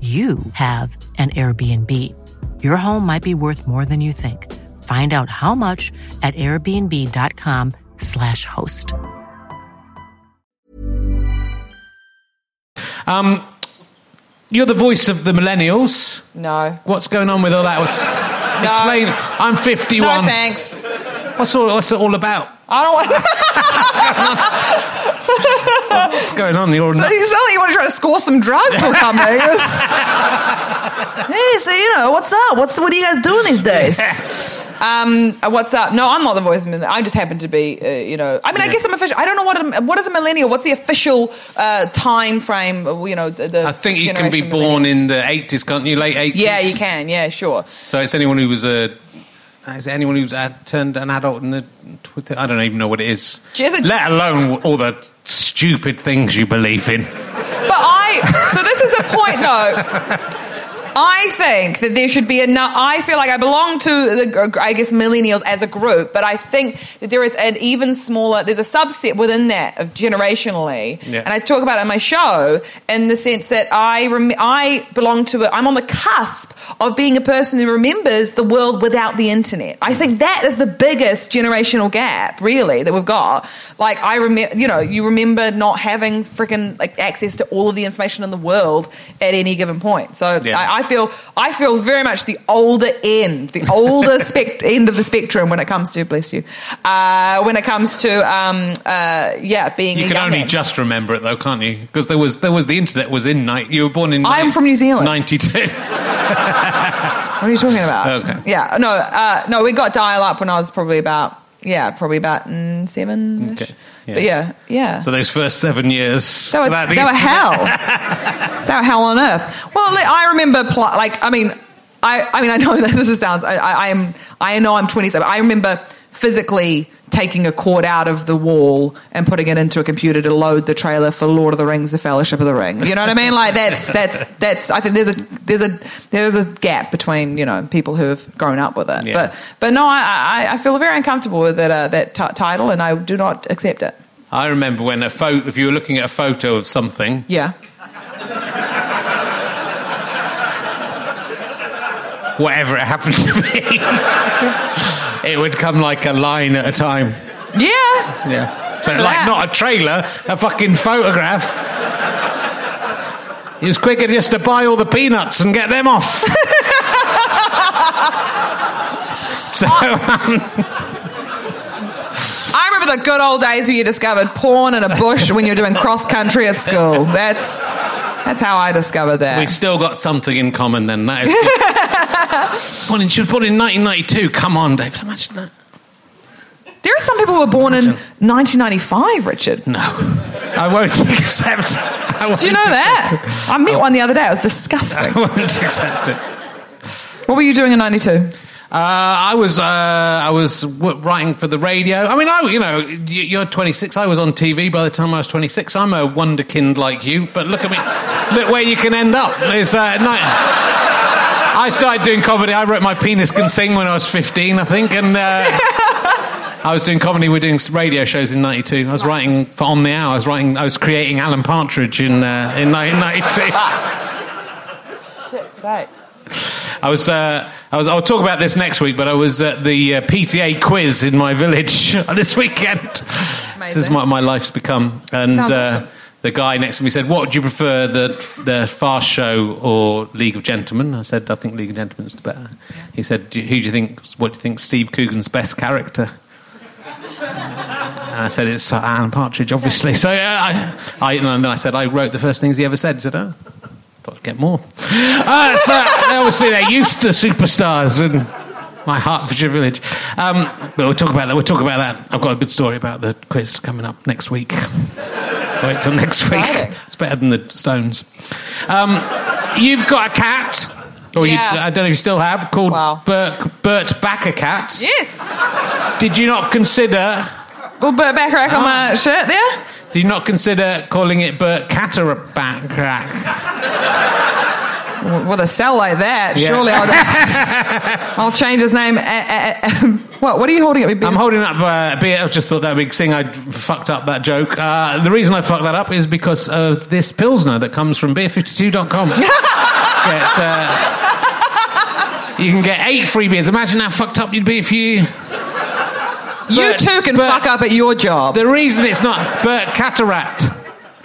you have an Airbnb. Your home might be worth more than you think. Find out how much at airbnb.com/slash host.
Um, you're the voice of the millennials.
No.
What's going on with all that?
[laughs]
What's, Explain. I'm 51.
No, thanks.
What's all? What's it all about?
I don't want [laughs] to.
What's going on? You're
[laughs] So
nuts.
you sound like you want to try to score some drugs or something.
[laughs]
It's- hey, so you know what's up? What's what are you guys doing these days? um, uh, what's up? No, I'm not the voice. of millenn- I just happen to be. Uh, you know, I mean, I guess I'm official. I don't know what a, what is a millennial. What's the official uh, time frame? uh, You know, the, the
I think you can be
generation millennial?
born in the 80s, can't you? Late 80s.
Yeah, you can. Yeah, sure.
So it's anyone who was uh, a. Is it anyone who's ad, turned an adult in the? tw- I don't even know what it is.
She is a-
Let alone all the stupid things you believe in.
But I. So this is a point, though. I think that there should be enough. I feel like I belong to the, I guess, millennials as a group, but I think that there is an even smaller. There's a subset within that of generationally,
Yeah.
and I talk about it in my show in the sense that I rem- I belong to. A, I'm on the cusp of being a person who remembers the world without the internet. I think that is the biggest generational gap, really, that we've got. Like I remember, you know, you remember not having freaking like access to all of the information in the world at any given point. So
Yeah.
I, I feel I feel very much the older end, the
[laughs]
older spec- end of the spectrum when it comes to bless you, uh, when it comes to um, uh, yeah, being
You
a
can
young
only
man.
just remember it though, can't you? Because there was there was the internet was in night. You were born in.
I'm from New Zealand.
Ninety
[laughs]
two.
What are you talking about?
Okay.
Yeah. No. Uh, no. We got dial up when I was probably about yeah, probably about mm, seven.
Okay, yeah.
But yeah, yeah.
So those first seven years.
They were,
without the
they were
internet.
hell. they were hell on earth. Well, like, I remember, pl- like, I mean, I, I mean, I know [laughs] that this is sounds. I, I, I am. I know I'm 27. I remember physically taking a cord out of the wall and putting it into a computer to load the trailer for Lord of the Rings: The Fellowship of the Ring. You know what I mean? Like that's that's that's. I think there's a there's a there's a gap between you know people who have grown up with it.
Yeah.
But but no, I, I I feel very uncomfortable with that uh, that t- title, and I do not accept it.
I remember when a photo. If you were looking at a photo of something,
Yeah.
whatever it happened to be, [laughs] it would come like a line at a time.
Yeah.
Yeah. So
Look at
like
that.
not a trailer, a fucking photograph. It was quicker just to buy all the peanuts and get them off. [laughs] [laughs] so um,
I remember the good old days where you discovered porn in a bush when you're doing cross country at school. That's that's how I discovered that.
we still got something in common then. That is good. [laughs] Born in- she was born in 1992. Come on, Dave. Imagine that.
there are some people who were born in 1995, Richard.
No, [laughs] I won't accept. I won't
Do you know
accept
that? I met one the other day. It was disgusting.
It. I won't accept it.
What were you doing in 92?
Uh, I was uh, I was w- writing for the radio. I mean, I you know y- you're 26. I was on TV by the time I was 26. I'm a wonderkind like you, but look at me. look where you can end up. It's, uh, night. I started doing comedy. I wrote my penis can sing when I was 15, I think, and. Uh, I was doing comedy. We were doing radio shows in '92. I was writing for On the Hour. I was writing. I was creating Alan Partridge in uh, in 1992. I was, uh, I was. I'll talk about this next week, but I was at the uh, PTA quiz in my village [laughs] this weekend. This is
Amazing.
what my life's become. And
Sounds
uh,
awesome.
the guy next to me said, "What do you prefer, the the Fast Show or League of Gentlemen?" I said, "I think League of Gentlemen's the better." He said, "Do you- "Who do you think? What do you think? Steve Coogan's best character?" And I said, "It's Sir Alan Partridge, obviously." So uh, I, I, and then I said, "I wrote the first things he ever said." He said, "Oh." Thought I'd get more. Uh, so obviously they're used to superstars in my Hertfordshire village. Um, but we'll talk about that. We'll talk about that. I've got a good story about the quiz coming up next week. Wait till next week.
Exciting.
It's better than the Stones. Um, you've got a cat, or you,
Yeah.
I don't know if you still have, called
Wow.
Bert, Bert Backer Cat.
Yes.
Did you not consider?
Little bit of backrack on my
Ah.
shirt there.
Did you not consider calling it Bert Cataract?
W- With a cell like that, surely
[laughs]
I'll, I'll change his name. Uh, uh, uh, [laughs] what? What are you holding up?
I'm holding up uh, beer. I just thought that would be seeing I fucked up that joke. Uh, the reason I fucked that up is because of this Pilsner that comes from
[laughs]
beer52.com. get, uh, you can get eight free beers. Imagine how fucked up you'd be if you.
You
But-
too can
but-
fuck up at your job.
The reason it's not Bert Cataract.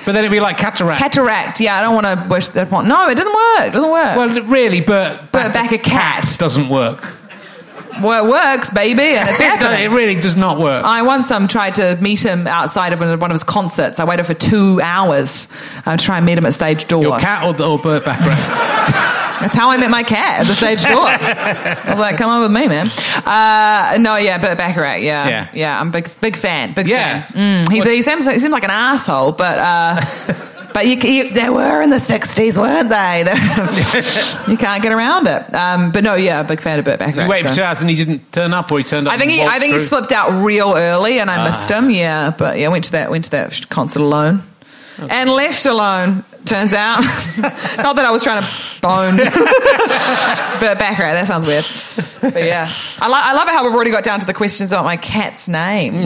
But then it'd be like cataract.
Cataract. Yeah, I don't want to wish that upon. No, it doesn't work. It doesn't work.
well, really, Bert.
Bert back a cat.
doesn't work.
Well, it works, baby, and it's
[laughs] It, does-
happening.
it really does not work.
I once um, tried to meet him outside of one of his concerts. I waited for two hours uh, to try and meet him at stage door.
Your cat or, the, or Bert
[laughs]
Bacharach?
That's how I met my cat at the stage
[laughs]
door. I was like, "Come on with me, man." Uh, no, yeah, but Bacharach, yeah,
Yeah.
I'm a big, big fan, big
Yeah.
fan. Mm, he's, he seems he seems like an asshole,
[laughs]
but. Uh, But you, you, they were in the '60s, weren't they? [laughs] They- you can't get around it. Um, but no, yeah, big fan of Bert Bacharach.
You wait for
so.
two hours and he didn't turn up or he turned up.
I think
and
he, I
waltzed
think he
through?
slipped out real early,
Ah.
and I missed him. Yeah, but yeah, went to that went to that sh- concert alone,
Oh.
and left alone. Turns out, [laughs] not that I was trying to bone, [laughs] but back right. That sounds weird. But yeah, I, lo- I love it how we've already got down to the questions about my cat's name.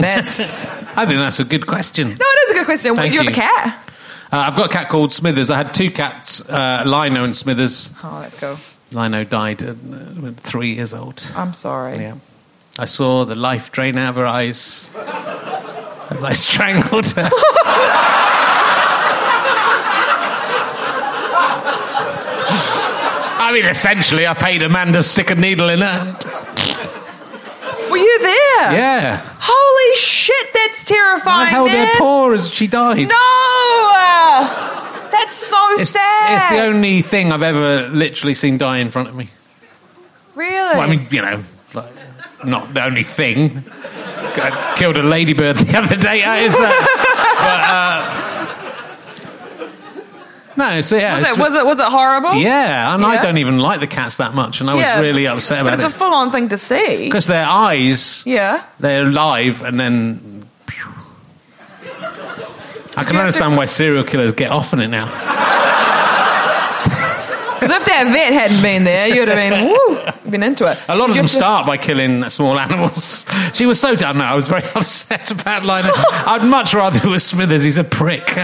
[laughs]
That's no,
I think that's a good question.
it is a good question.
Thank
you, have a
you.
cat?
Uh, I've got a cat called Smithers. I had two cats, uh, Lino and Smithers.
Oh, that's cool.
Lino died at uh, three years old.
I'm sorry.
Yeah. I saw the life drain out of her eyes as I strangled
[laughs]
her. I mean, essentially, I paid a man to stick a needle in her.
Were you there?
Yeah.
Holy shit, that's
I
terrifying.
held
man.
her paw as she died.
No, uh, that's so
It's,
sad.
it's the only thing I've ever literally seen die in front of me.
Really?
Well, I mean, you know, like, not the only thing. I killed a ladybird [laughs] the other day. That is, uh, but, uh, no, so yeah,
was,
it's-
it, was it was it horrible?
yeah, and
Yeah.
I don't even like the cats that much, and I
Yeah.
was really upset
But
about
it's a
it
full on thing to see.
because their eyes,
Yeah.
they're alive, and then. I can understand why serial killers get off on it now.
Because if that vet hadn't been there, you'd
[laughs]
have been woo, been into it.
A lot of
Did you
them
have to-
start by killing small [laughs] animals. She was so down. No, I was very [laughs] upset about Lionel. I'd much rather it was Smithers. He's a prick. [laughs]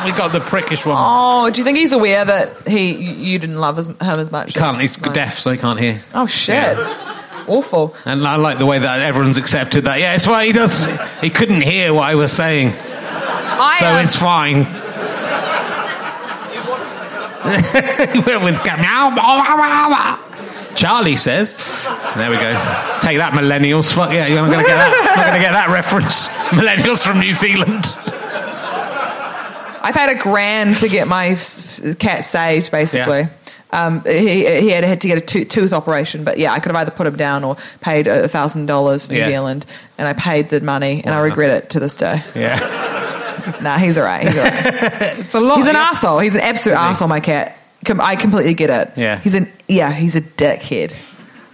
Uh, we got the prickish one.
Oh, do you think he's aware that he you didn't love as, him as much?
He can't.
as-
He's
like-
deaf, so he can't hear.
Oh shit! Awful.
And I like the way that everyone's accepted that. Yeah, it's fine. He does. He couldn't hear what I was saying,
I,
so
um,
it's fine. [laughs] We're with Charlie says. There we go. Take that, millennials. Fuck yeah, you're not going to get that. Not going to get that reference. [laughs] Millennials from New Zealand. [laughs]
I paid a grand to get my s- s- cat saved, basically.
Yeah.
Um, he, he had, had to get a to- tooth operation, but yeah, I could have either put him down or paid a thousand dollars New
Yeah.
Zealand, and I paid the money, and I regret it to this day.
Yeah,
Nah, he's all right. He's
[laughs]
all right.
it's a lot.
He's an
yeah.
asshole. He's an absolute asshole. My cat. Com- I completely get it.
Yeah.
He's an yeah. He's a dickhead.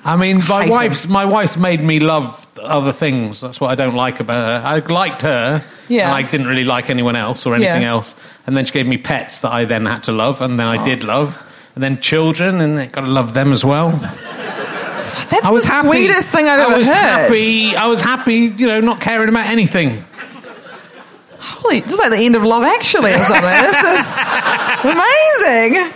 I mean, my
Hate
wife's my wife's made me love other things. That's what I don't like about her. I liked her,
Yeah.
and I didn't really like anyone else or anything
Yeah.
else. And then she gave me pets that I then had to love, and then I did love, and then children, and then got to love them as well.
That's
I was
the
happy.
sweetest thing I've
I
ever
was
heard.
happy. I was happy. You know, not caring about anything.
Holy, just like the end of Love Actually
[laughs]
or something. this is amazing.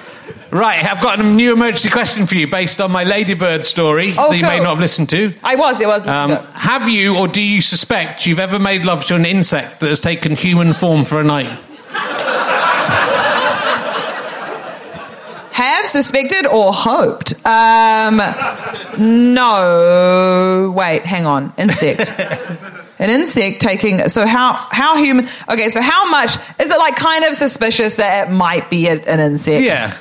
Right, I've got a new emergency question for you based on my ladybird story
Oh,
that you may
cool.
not have listened to.
I was. It was.
Um, have you or do you suspect you've ever made love to an insect that has taken human form for a night?
Have suspected or hoped? Um, no. Wait, hang on.
[laughs]
Insect. An insect taking. So how how human? Okay, so how much is it? Like kind of suspicious that it might be a, an insect.
Yeah.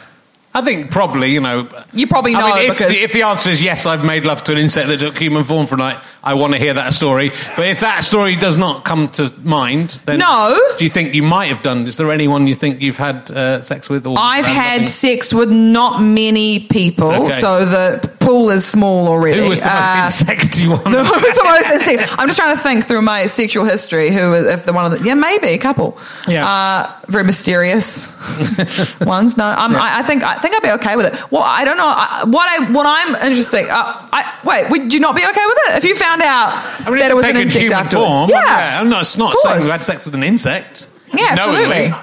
I think probably, you know.
You probably know
I mean, if,
because-
the, if the answer is yes, I've made love to an insect that took human form for a night, I want to hear that story. But if that story does not come to mind, then.
No.
Do you think you might have done? Is there anyone you think you've had uh, sex with? Or
I've
found
had
nothing?
sex with not many people,
Okay.
so the pool is small already.
Who was the
Uh, [laughs]
most insecty one?
No, who's the most insane? I'm just trying to think through my sexual history. Who is if the one of the yeah maybe a couple
Yeah.
uh,
[laughs]
very mysterious ones. No, I'm, I, I think I think I'd be okay with it. Well, I don't know I, what I what I'm interesting. Uh, I wait, would you not be okay with it if you found out
I mean,
that
if
it was
take
an
a
insect
human
after?
form.
Yeah,
I'm not. It's not
Of
saying
course.
we had sex with an insect.
Yeah, absolutely.
Knowingly.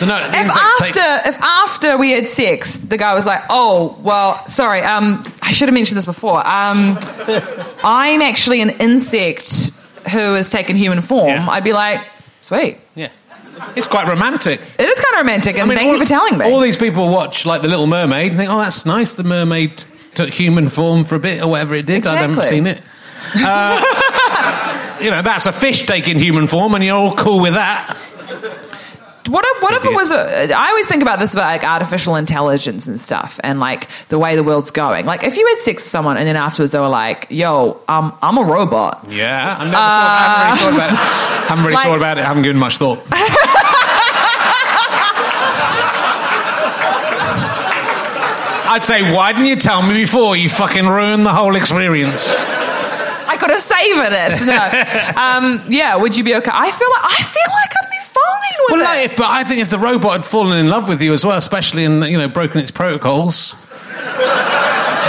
The no- the
If
insects take-
after if after we had sex, the guy was like, "Oh, well, sorry. Um, I should have mentioned this before. Um, I'm actually an insect who has taken human form."
Yeah.
I'd be like, "Sweet,
yeah, it's quite romantic.
it is kind of romantic." And
I mean,
thank you
all-
for telling me.
All these people watch like The Little Mermaid and think, "Oh, that's nice. The mermaid took human form for a bit, or whatever it did. I haven't
Exactly.
seen it." Uh, [laughs] you know, that's a fish taking human form, and you're all cool with that.
What if, what if it
Idiot.
was? A, I always think about this about like artificial intelligence and stuff, and like the way the world's going. Like, if you had sex with someone and then afterwards they were like, "Yo, um, I'm a robot."
Yeah, I've never thought, I haven't really thought about it. Haven't really
Like-
thought about it. Haven't given much thought. I'd say, why didn't you tell me before? You fucking ruined the whole experience.
I could have saved
[laughs]
it. No. um, yeah, would you be okay? I feel like I feel like I'd be fine with
Well,
it.
like, if, but I think if the robot had fallen in love with you as well, especially in you know broken its protocols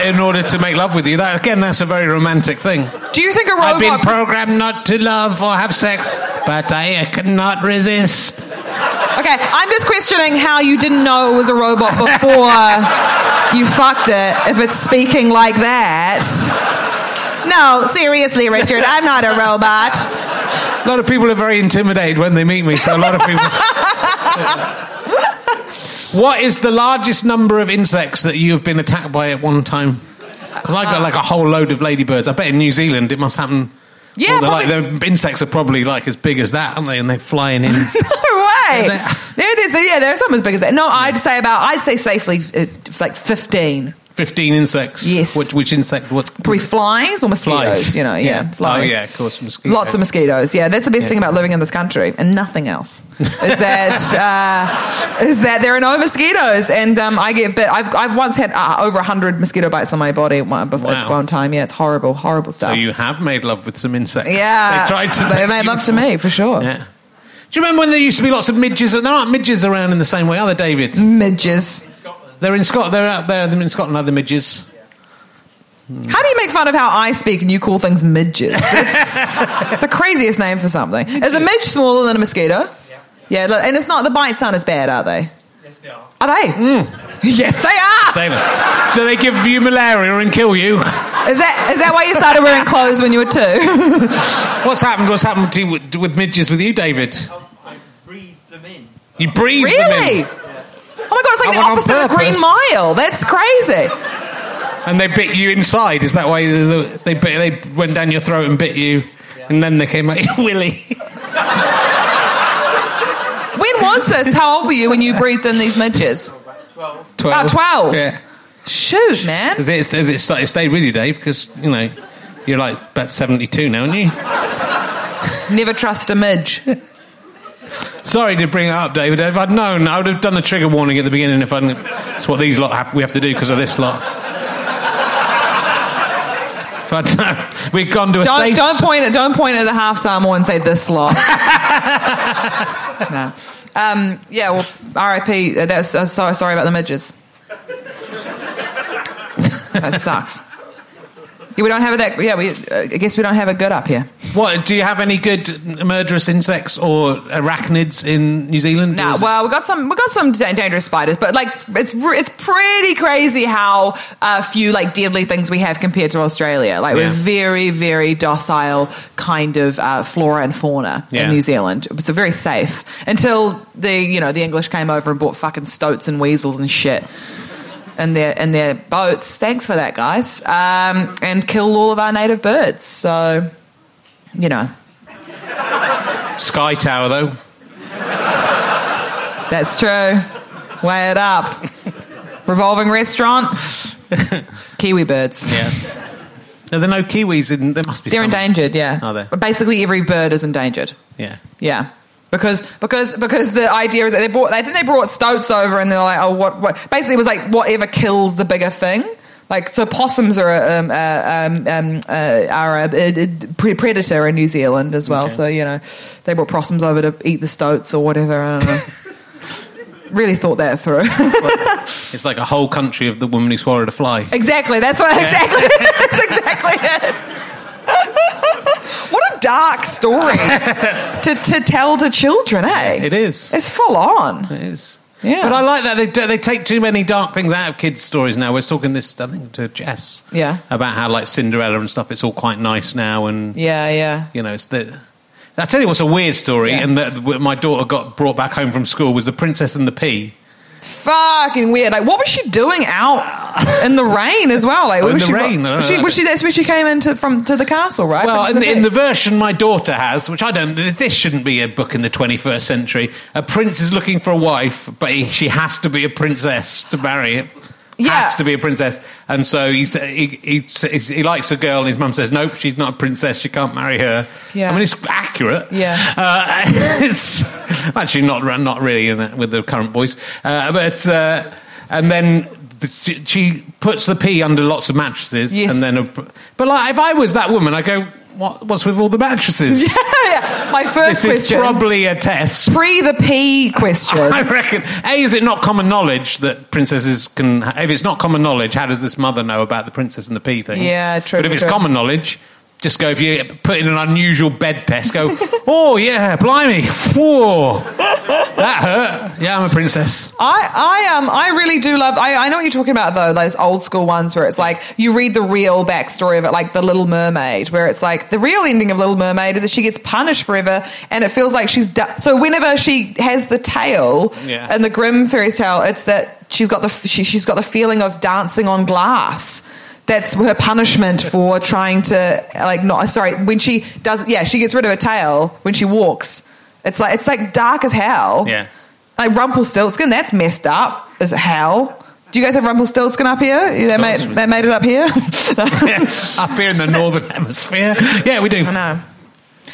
in order to make love with you, that again, that's a very romantic thing.
Do you think a
I've been
robot?
programmed not to love or have sex, but I cannot resist.
okay, I'm just questioning how you didn't know it was a
[laughs]
robot before you fucked it. If it's speaking like that. No, seriously, Richard, I'm not a robot.
A lot of people are very intimidated when they meet me, so a lot of people. what is the largest number of insects that you have been attacked by at one time? Because I got like a whole load of ladybirds. I bet in New Zealand it must happen. well,
Yeah,
they're
probably-
like, the insects are probably like as big as that, aren't they? And they're flying in.
[laughs] No way.
They're-
There it is. Yeah, there's some as big as that. No, I'd say about. I'd say safely, uh, like 15.
Fifteen insects.
Yes.
Which, which insect? What?
Probably flies or mosquitoes.
Flies.
You know, yeah,
Yeah.
flies.
Oh, yeah, of course, mosquitoes.
Lots of mosquitoes. Yeah, that's the best
Yeah.
thing about living in this country and nothing else is that [laughs] uh, is that there are no mosquitoes. And um, I get bit. I've I've once had uh, over hundred mosquito bites on my body at one, before, at
Wow.
one time. Yeah, it's horrible, horrible
So
stuff.
you have made love with some insects.
yeah,
They tried to.
They
take
made
you
love to
for-
me for sure.
Yeah. Do you remember when there used to be lots of midges? There aren't midges around in the same way, are there, David?
Mm. Midges.
They're in Scotland. They're out there. They're in Scotland. Are the midges?
How do you make fun of how I speak and you call things midges?
[laughs]
It's, it's the craziest name for something. Is a midge smaller than a mosquito? Yeah, look, and it's not the bites aren't as bad, are they? Are they?
Mm.
Yes, they are.
David, do they give you malaria and kill you?
Is that is that why you started wearing clothes when you were two?
What's happened? What's happened to you with, with midges with you, David? I breathe them in. You breathe them in?
really? Oh my god, it's like
I
the
went on
opposite of the Green
purpose.
Mile. That's crazy.
and they bit you inside. Is that why they they, bit, they went down your throat and bit you, and then they came out your [laughs] willy?
When was this? How old were you when you breathed in these midges? About 12.
Yeah.
Shoot, man.
Has it, has it, sta- it stayed with you, Dave? Because you know you're like about seventy-two now, aren't you?
Never trust
[laughs]
a midge.
Sorry to bring it up, David. If I'd known, I would have done a trigger warning at the beginning. If I, hadn't- it's what these lot have, we have to do because of this lot. If I'd known, we'd gone to a
Don't
safe.
don't point at don't point at the half Samoa and say this
[laughs]
lot. no. Um, yeah, well, RIP. uh, That's I'm so sorry about the midges. that sucks. Yeah, we don't have it that. Yeah, we. uh, I guess we don't have it good up here.
What do you have any good murderous insects or arachnids in New Zealand? Or
No,
is it-
well, we got some, we got some da- dangerous spiders, but like it's re- it's pretty crazy how uh, few like deadly things we have compared to Australia. Like we're
Yeah.
very, very docile kind of uh, flora and fauna
Yeah.
in New Zealand. So very safe until the you know the English came over and bought fucking stoats and weasels and shit. And their and their boats. Thanks for that, guys. Um, and killed all of our native birds. So, you know,
Sky Tower though.
That's true. Weigh it up. Revolving restaurant. Kiwi birds.
Yeah. [laughs] Are there no kiwis in? There must be.
They're
some.
endangered, yeah.
Are they?
But basically every bird is endangered.
Yeah.
Yeah. Because because because the idea that they brought I think they brought stoats over and they're like, oh what what basically it was like whatever kills the bigger thing. Like so, possums are a, um, uh, um, um, uh, are a, a, a pre- predator in New Zealand as well. So you know, they brought possums over to eat the stoats or whatever.
[laughs]
I don't know. really thought that through.
It's like a whole country of the woman who swallowed a fly.
exactly. That's what. Exactly. [laughs] that's exactly it. what a
[laughs]
dark story to to tell to children, eh?
It is.
It's full on.
It is.
Yeah.
But I like that they do- they take too many dark things out of kids' stories now. We're talking this I think to Jess.
Yeah.
About how like Cinderella and stuff, it's all quite nice now, and
Yeah, yeah.
you know it's the. I tell you what's a weird story,
Yeah.
and that w- my daughter got brought back home from school was the Princess and the Pea.
fucking weird. Like, what was she doing out in the rain as well? Like,
Oh, in
was
the
she,
rain, I don't
Was she,
know.
was she- That's where she came into from to the castle, right?
Well,
From
in the, in the
Sydney.
version my daughter has, which I don't, this shouldn't be a book in the 21st century. A prince is looking for a wife, but he, she has to be a princess to marry him.
Yeah.
Has to be a princess, and so he's, he, he he likes a girl, and his mum says, "Nope, she's not a princess. She can't marry her."
Yeah.
I mean, it's accurate.
Yeah.
uh, [laughs] it's actually not not really in it with the current boys, uh, but uh, and then the, she- she puts the pea under lots of mattresses,
Yes.
and then a, but like if I was that woman, I go, what, what's with all the mattresses?
[laughs] [laughs] yeah, my first
this is
question.
probably a test.
pre the P
[laughs]
question.
I reckon. A is it not common knowledge that princesses can? If it's not common knowledge, how does this mother know about the princess and the pea thing?
Yeah, true,
But if it's
true.
common knowledge, just go. If you put in an unusual bed test, go. [laughs] oh yeah, blimey, whoa, that hurt. Yeah, I'm a princess.
I, I um I really do love I, I know what you're talking about though those old school ones where it's like you read the real backstory of it like the Little Mermaid where it's like the real ending of Little Mermaid is that she gets punished forever and it feels like she's du- so whenever she has the tale
Yeah.
in the Grim Fairies tale it's that she's got the f- she, she's got the feeling of dancing on glass. That's her punishment for trying to like not sorry when she does yeah she gets rid of her tail when she walks. It's like it's like dark as hell.
Yeah.
Like Rumpelstiltskin, that's messed up as hell. Do you guys have Rumpelstiltskin up here? Yeah, They made,
it's-
they made it
[laughs]
up here.
[laughs] Up here in the northern
[laughs]
hemisphere. Yeah, we do.
I know.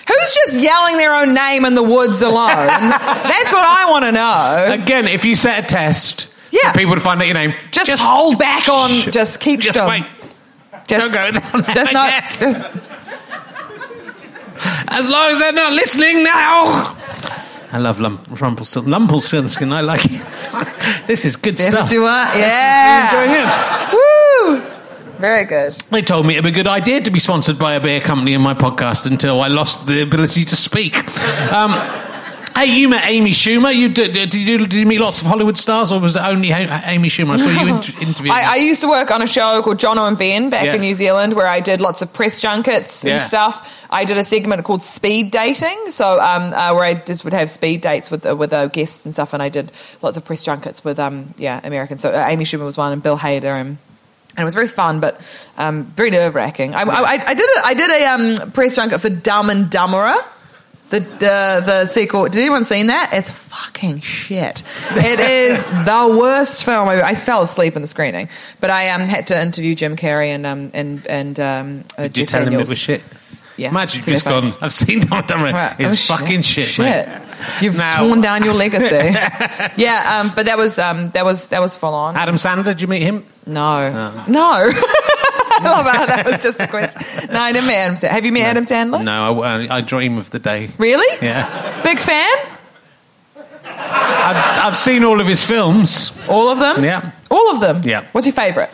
Who's just yelling their own name in the woods alone?
[laughs]
that's what I want to know.
Again, if you set a test
Yeah.
for people to find out your name,
Just, hold back on. Just keep
just
still.
wait.
Just,
Don't go down there.
Just not.
[laughs] Yes.
Just,
As long as they're not listening now. I love Lum- Rumpelstiltskin. Lumpelstiltskin, I like it. [laughs] this is good
Never
stuff.
do I.
Enjoying
Yeah.
it.
Woo. Very good.
They told me it'd be a good idea to be sponsored by a beer company in my podcast until I lost the ability to speak. Um, hey, you met Amy Schumer. You did, did, you, did you meet lots of Hollywood stars, or was it only Ha- Amy Schumer? I saw [laughs] you inter- interviewing.
I, I used to work on a show called Jono and Ben back
Yeah.
in New Zealand where I did lots of press junkets and
Yeah.
stuff. I did a segment called speed dating, so um, uh, where I just would have speed dates with uh, with uh, guests and stuff, and I did lots of press junkets with um, yeah Americans. So uh, Amy Schumer was one, and Bill Hader, and. And it was very fun, but um, very nerve wracking. I, I, I did a, I did a um, press junket for Dumb and Dumberer the the the sequel. Did anyone seen that? It's fucking shit. It is the worst film. I, I fell asleep in the screening, but I um, had to interview Jim Carrey and um and and um. Uh,
did you
Jeff
tell him it
Daniels.
was shit?
Yeah,
Imagine
to their
just gone.
face.
I've seen [laughs] Donald Dummery.
Right.
It's
Oh,
fucking shit. mate."
You've
Now-
torn down your legacy.
[laughs]
yeah, um, but that was um, that was that was full on.
Adam Sandler, did you meet him?
No, no. [laughs] I love how that was just a question. No, I didn't meet Adam. Sandler. Have you met Adam Sandler?
No, I, I dream of the day.
Really?
Yeah.
Big fan?
I've, I've seen all of his films.
All of them?
Yeah.
All of them?
Yeah.
What's your favorite?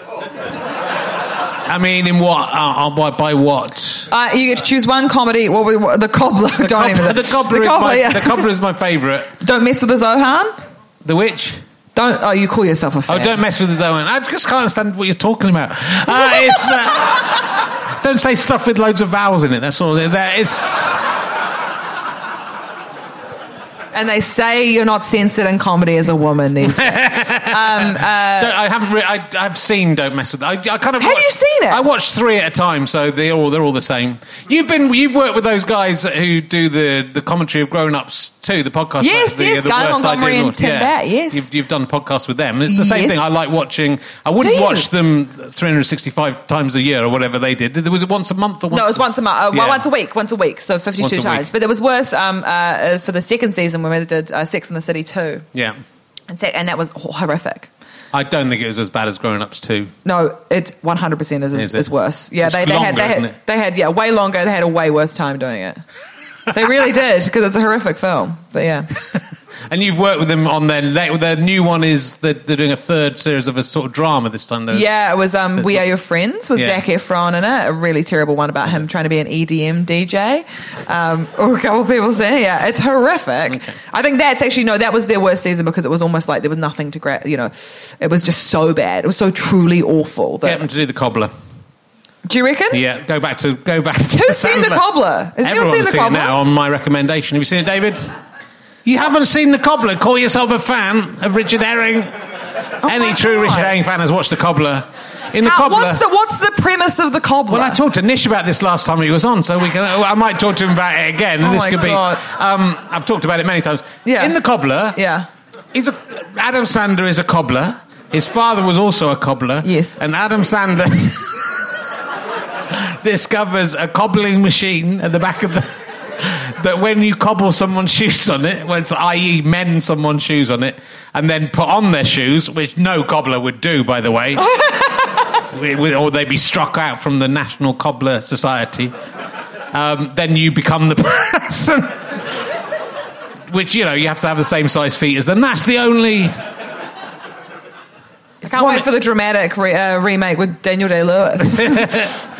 I mean, in what? Uh, uh, by, by what?
Uh, you get to choose one comedy. Well, we, what- the cobbler. don't
Cobbler-
even.
the cobbler, is my,
yeah.
the cobbler is my favourite.
Don't mess with the Zohan.
The witch.
Don't. Oh, you call yourself a
Oh,
fan?
don't mess with the Zohan. I just can't understand what you're talking about. Uh, it's, uh,
[laughs]
don't say stuff with loads of vowels in it. That's all. That is.
And they say you're not censored in comedy as a woman.
[laughs]
These. days.
Don't, I haven't. Re- I, I've seen Don't Mess with. I, I kind of.
Uh, Have
watched-
you seen it?
I watched three at a time, so they're all they're all the same. You've been you've worked with those guys who do the the commentary of Grown Ups too. The podcast.
Yes,
like, the,
yes,
the
Guy
worst idea
Montgomery
in the
and
world.
Tim
yeah.
Bat, yes.
You've you've done podcasts with them. It's the same
Yes.
thing. I like watching. I
Do
wouldn't
you?
watch them 365 times a year or whatever they did. There was it once a month or once
No, it was once a month. Uh, well,
Yeah.
once a week. Once a week. So 52
Once a week.
times. But there was worse um, uh, uh, for the second season when we did uh, Sex in the City 2.
Yeah.
And so- and that was horrific.
I don't think it was as bad as Grown Ups 2.
No, it 100% is,
Is
is,
it?
is worse. Yeah,
It's
they, they, had,
longer,
they,
isn't it?
had, they had, yeah, way longer. They had a way worse time doing it.
[laughs]
They really did because it's a horrific film. But yeah.
And you've worked with them on their, le- their new one is that they're doing a third series of a sort of drama this time. Though.
Yeah, it was um,
That's
We
not-
Are Your Friends with
Yeah.
Zac Efron in it. A really terrible one about him trying to be an E EDM DJ. Um, or a couple of people saying, yeah, it's horrific. I think that's actually, no, that was their worst season because it was almost like there was nothing to grab, you know, it was just so bad. It was so truly awful.
Get
That,
them to do the cobbler.
do you reckon?
Yeah, go back to go back.
Who's seen The Cobbler? Has anyone
Everyone's
seen The
seen it
Cobbler?
now on my recommendation. Have you seen it, David? You haven't seen The Cobbler? Call yourself a fan of Richard Herring? Any
Oh my
true
God.
Richard Herring fan has watched The Cobbler. In The
How-
Cobbler.
what's, the, what's the premise of The Cobbler?
Well, I talked to Nish about this last time he was on, so we can. I might talk to him about it again. and
Oh
this
my
could
God.
be. Um, I've talked about it many times.
Yeah.
In the cobbler.
Yeah.
He's a, Adam Sander is a cobbler. His father was also a cobbler.
Yes.
And Adam Sander [laughs] discovers a cobbling machine at the back of the. That when you cobble someone's shoes on it, well, it's, i.e., mend someone's shoes on it, and then put on their shoes, which no cobbler would do, by the way, we- we- or they'd be struck out from the National Cobbler Society, um, then you become the [laughs] person which you know you have to have the same size feet as them. That's the only.
I can't wait for the dramatic re- uh, remake with Daniel
[laughs]
Day Lewis. be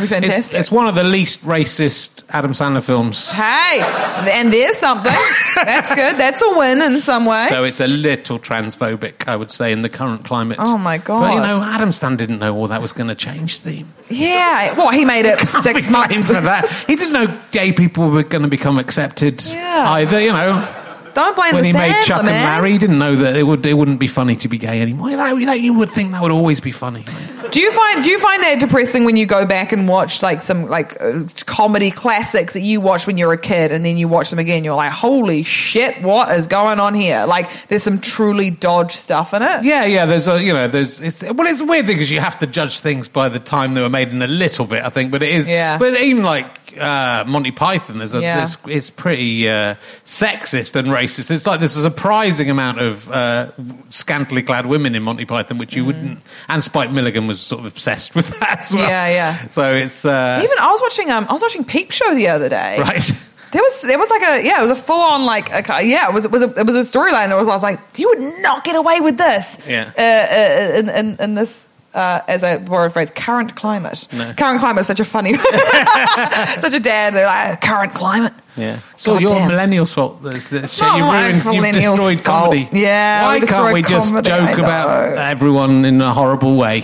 fantastic.
It's, it's one of the least racist Adam Sandler films,
Hey, and there's something. That's good. That's a win in some way.
though it's a little transphobic, I would say, in the current climate.
Oh, my
But you
God.
know, Adam Sandler didn't know all that was going to change. The
Yeah. Well, he made it six
Can't be
months.
blamed for that. He didn't know gay people were going to become accepted
Yeah.
either. You know.
Don't blame
when
the
he made
Sandler,
Chuck
man.
and Larry, he didn't know that it would it wouldn't be funny to be gay anymore. That, that- you would think that would always be funny.
Do you find do you find that depressing when you go back and watch like some like uh, comedy classics that you watched when you were a kid and then you watch them again? You're like, holy shit, what is going on here? Like, there's some truly dodge stuff in it.
Yeah, yeah. There's a you know there's it's well it's a weird thing because you have to judge things by the time they were made in a little bit I think, but it is
Yeah.
But even like uh, Monty Python, there's a
Yeah.
there's, it's pretty uh, sexist and racist. It's like there's a surprising amount of uh, scantily clad women in Monty Python, which
Mm.
you wouldn't. And Spike Milligan was sort of obsessed with that as well.
Yeah, yeah.
So it's uh,
[laughs] Even I was watching um I was watching Peep Show the other day.
right.
There was there was like a yeah it was a full on like a ki- yeah it was it was a, it was a storyline that was I was like you would not get away with this
Yeah.
uh, uh, in, in, in this uh, as I borrowed a phrase current climate
No.
current climate is such a funny [laughs] such a dad they're like current climate
Yeah. So
God
your
damn.
millennials' fault. That's, that's
not
you've
my
ruined, you've
millennials'
destroyed
fault.
comedy.
Yeah,
Why
we
can't
destroyed
we just
comedy, I
joke about
know.
everyone in a horrible way?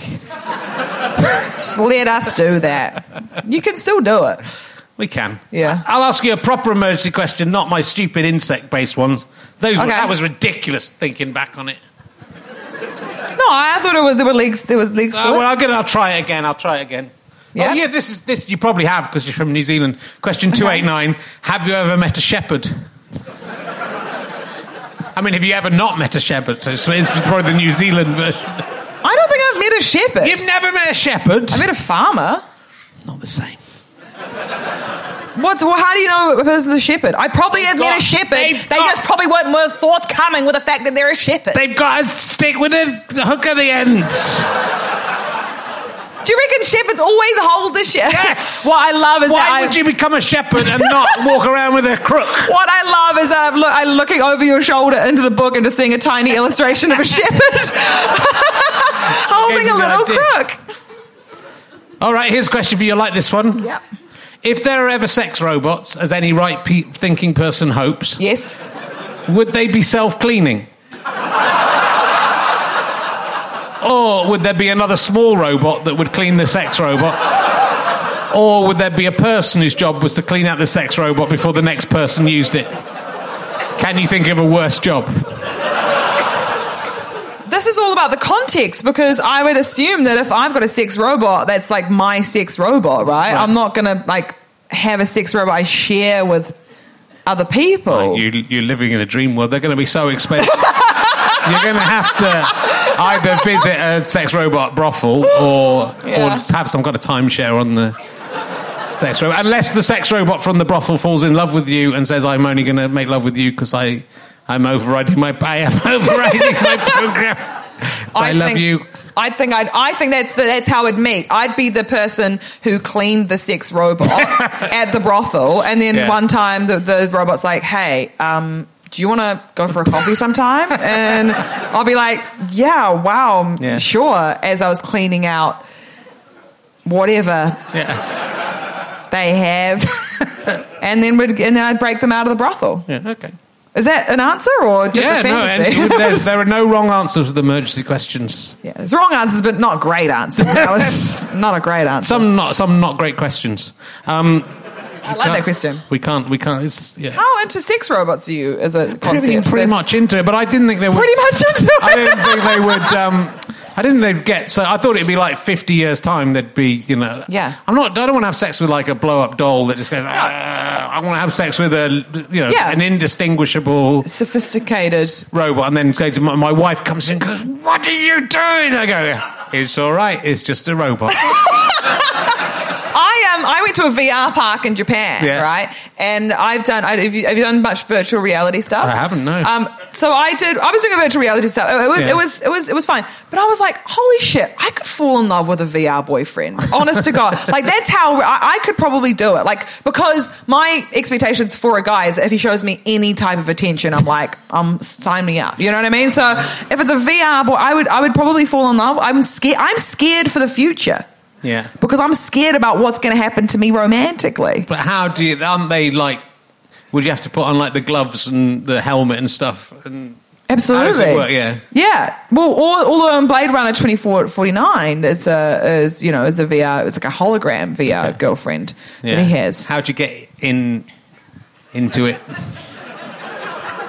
just let us do that you can still do it
We can.
Yeah.
I'll ask you a proper emergency question, not my stupid insect-based ones. Those were,
Okay.
that was ridiculous. Thinking back on it.
no I thought it was there were legs there was legs to
Oh, well,
it.
I'll, get, I'll try it again. I'll try it again.
Yeah.
Oh, yeah. This is this you probably have because you're from New Zealand. Question two eight nine. Have you ever met a shepherd? I mean, have you ever not met a shepherd? So it's, it's probably the New Zealand version.
I don't think I've met a shepherd
You've never met a shepherd.
I met a farmer
Not the same.
What's well, how do you know a person's a shepherd? I probably have met
got-
a shepherd. They
they've got-
just probably weren't worth forthcoming with the fact that they're a shepherd.
They've got a stick with a hook at the end.
do you reckon shepherds always hold the shepherd?
Yes.
[laughs] what I love is that
Why
I-
would you become a shepherd and not walk around with a crook?
What I love is I'm, look, I'm looking over your shoulder into the book and just seeing a tiny illustration of a shepherd [laughs]
[laughs]
holding
Gave
a
me the
little
idea.
crook.
All right, here's a question for you. Like this one.
Yep.
If there are ever sex robots, as any right pe- thinking person hopes,
Yes.
would they be self cleaning? or would there be another small robot that would clean the sex robot? Or would there be a person whose job was to clean out the sex robot before the next person used it? Can you think of a worse job?
This is all about the context because I would assume that if I've got a sex robot, that's like my sex robot, right? I'm not gonna like have a sex robot I share with other people.
You, you're living in a dream world. They're going to be so expensive. [laughs] you're going to have to either visit a sex robot brothel or,
Yeah.
or have some kind of timeshare on the sex robot. Unless the sex robot from the brothel falls in love with you and says, I'm only going to make love with you because I. I'm overriding my. I am [laughs] overriding my program. So I, love
think-
you.
I think I'd, I think that's the, that's how it'd meet. I'd be the person who cleaned the
[laughs]
sex robot at the brothel, and then
Yeah.
one time the, the robot's like, "Hey, um, do you want to go for a coffee
[laughs]
sometime?" And I'll be like, "Yeah, wow, m-
Yeah.
sure." As I was cleaning out whatever
Yeah.
they have,
[laughs]
and then would and then I'd break them out of the brothel.
Yeah. Okay.
Is that an answer or just
yeah.
a
No. And
fantasy?
it would-
[laughs]
there's- there are no wrong answers to the emergency questions.
yeah, it's wrong answers, but not great answers. That was not a great answer.
Some not. Some not great questions. Um,
I like that question.
we can't. We can't. It's yeah.
How into sex robots are you as a concept?
pretty, pretty
That's
much into it, but I didn't think they would.
Pretty much into it.
I didn't think they would. Um, I didn't think they'd get. So I thought it'd be like fifty years time. They'd be, you know.
Yeah.
I'm not. I don't want to have sex with like a blow up doll that just goes. "Ah," I want to have sex with a, you know,
Yeah.
an indistinguishable
Sophisticated.
robot, and then go to my, my wife comes in, and goes, "What are you doing?" I go, "It's all right. It's just a
[laughs]
robot."
I um, I went to a VR park in Japan,
Yeah.
right? And I've done. I, have, you, have you done much virtual reality stuff?
I haven't, no.
Um, so I did. I was doing a virtual reality stuff. It, it was
Yeah.
it was it was it was fine. But I was like, holy shit! I could fall in love with a VR boyfriend. Honest
[laughs]
to God, like that's how I, I could probably do it. Like because my expectations for a guy is if he shows me any type of attention, I'm like, um, sign me up. You know what I mean? So if it's a VR boy, I would I would probably fall in love. I'm scared. I'm scared for the future
yeah.
because I'm scared about what's going to happen to me romantically.
But how do you? Aren't they like? Would you have to put on like the gloves and the helmet and stuff? And
Absolutely.
How does it work? Oh, Yeah.
Yeah. Well, all, although in Blade Runner 2449, it's a, is, you know, it's a VR, it's like a hologram VR girlfriend
yeah.
that he has
How'd you get in into it?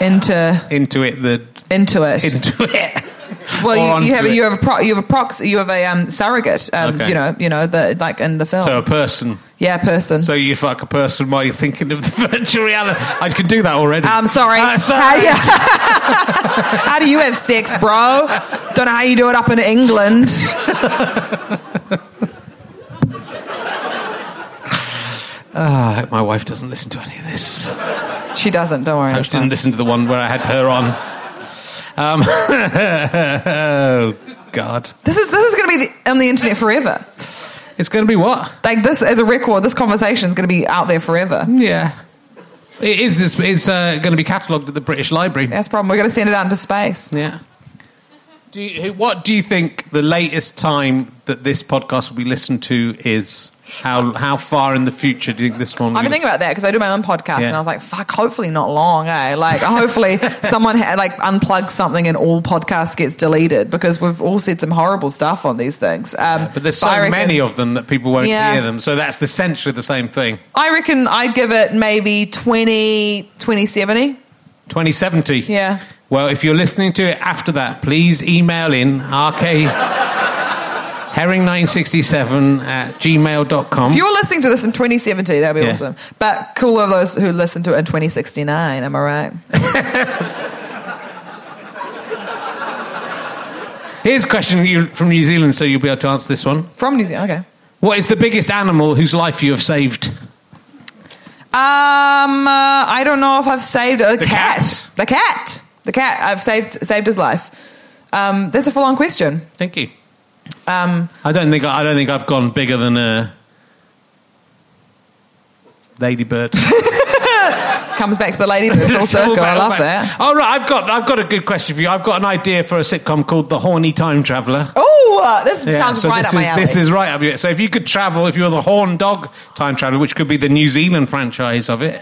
into,
Into it the
into it.
into it. or
well, you,
onto
you have,
it?
a you have a pro, you have a proxy, you have a um, surrogate, um,
Okay.
you know, you know, the, like in the film.
so a person.
yeah, person.
So you fuck a person while you're thinking of the [laughs] virtual reality. I can do that already.
I'm Um, sorry.
Uh,
How,
sorry.
yeah. [laughs] How do you have sex, bro? Don't know how you do it up in England.
Ah, I hope my wife doesn't listen to any of this.
She doesn't. Don't worry.
I
it's
just didn't
fine.
listen to the one where I had her on. Um, [laughs] oh God!
This is this is going to be the, on the internet forever.
It's going to be what?
Like this as a record, this conversation is going to be out there forever.
Yeah. It is. It's, it's uh, going to be catalogued at the British Library.
That's the problem. We're going to send it out into space.
Yeah. Do you, what do you think the latest time that this podcast will be listened to is? How how far in the future do you think this one? will be
I've been thinking about that because I do my own podcast,
Yeah.
and I was like, "Fuck, hopefully not long, eh?
[laughs]
Like, hopefully someone ha- like unplugs something and all podcasts gets deleted because we've all said some horrible stuff on these things." Um,
But there's so
I reckon-
many of them that people won't
Yeah.
hear them. So that's essentially the same thing.
I reckon I'd give it maybe 20, 2070.
2070.
Yeah.
Well, if you're listening to it after that, please email in rk herring1967 at gmail.com.
If you're listening to this in 2070, that'd be
Yeah.
awesome. But cool of those who listen to it in 2069, am I right?
Here's a question you- from New Zealand, so you'll be able to answer this one.
From New Zealand, okay.
What is the biggest animal whose life you have saved?
Um, uh, I don't know if I've saved a
The
cat.
cat?
The cat. The cat. I've saved saved his life. Um, that's a full on question.
Thank you. Um, I don't think I don't think I've gone bigger than a ladybird.
[laughs] Comes back to
[laughs]
the lady full
It's all
circle. I
back-
love
back-
that.
All right, I've got I've got a good question for you. I've got an idea for a sitcom called The Horny Time Traveller.
Oh, uh, this
Yeah,
sounds
so
right
this
up
is
my alley.
this is right up your. So if you could travel, if you were the horn dog time traveler, which could be the New Zealand franchise of it.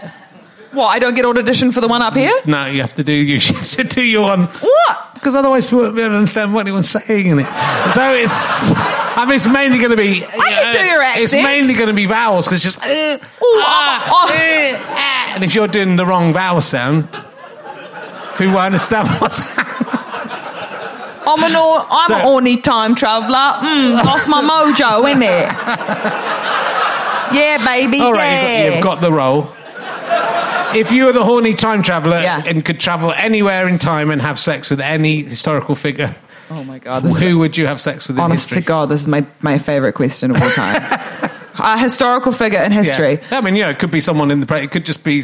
what? I don't get an audition for the one up here.
No, you have to do you [laughs] have to do your one
What?
because otherwise people won't be able to understand what anyone's saying in it. So it's I mean it's mainly going to be. I
can do your
It's
accent.
mainly going to be vowels because just. Uh, ah,
oh,
eh, ah. and if you're doing the wrong vowel sound, people won't understand [laughs] what's.
I'm an or- I'm
So-
an orny time traveller. Mm, lost my mojo, innit?
[laughs]
yeah, baby.
All
yeah.
right, you've, got, you've got the role. If you were the horny time traveler
Yeah.
and could travel anywhere in time and have sex with any historical figure,
oh my god, this is
who would you have sex with in
honest
history?
to God, this is my, my favorite question of
[laughs]
all time. A historical figure in
Yeah.
history.
I mean, yeah, it could be someone in the. pre- It could just be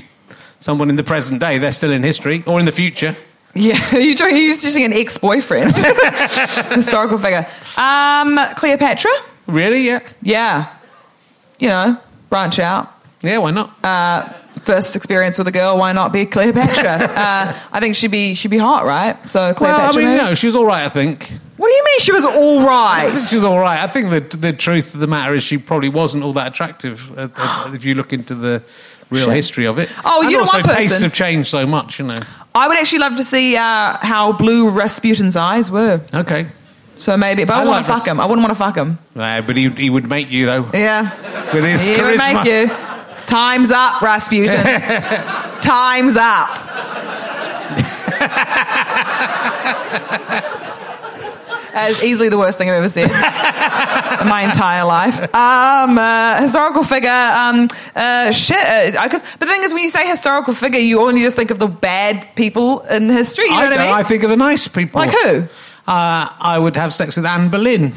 someone in the present day, they're still in history or in the future.
Yeah, [laughs] you're, doing, you're just using an ex boyfriend, [laughs] historical figure. Um, Cleopatra?
Really? Yeah.
Yeah. You know, branch out.
Yeah, why not?
Uh, First experience with a girl, why not be
[laughs]
Cleopatra? uh, I think she'd be she'd be hot, right? So Cleopatra.
well, I mean,
maybe?
no, she was all right, I think.
What do you mean she was all right?
This is all right. I think the the truth of the matter is she probably wasn't all that attractive uh,
[gasps]
uh, if you look into the real
Shit.
history of it.
Oh,
and
you know
also
one person-
tastes have changed so much, you know.
I would actually love to see uh, how blue Rasputin's eyes were.
Okay,
So maybe, but I,
I
wouldn't
like
want to fuck
Ras-
him. I wouldn't want to fuck him.
Uh, but he he would make you
[laughs]
though
Yeah.
with his
He would
charisma.
make you. Time's
[laughs]
up, Rasputin. Time's up. That's easily the worst thing I've ever said in my entire life. Um, uh, historical figure, um, uh, shit. Uh, I guess- but the thing is, when you say historical figure, you only just think of the bad people in history. You know
I,
what I
don't-
mean?
I think of the nice people.
Like who?
Uh, I would have sex with Anne Boleyn.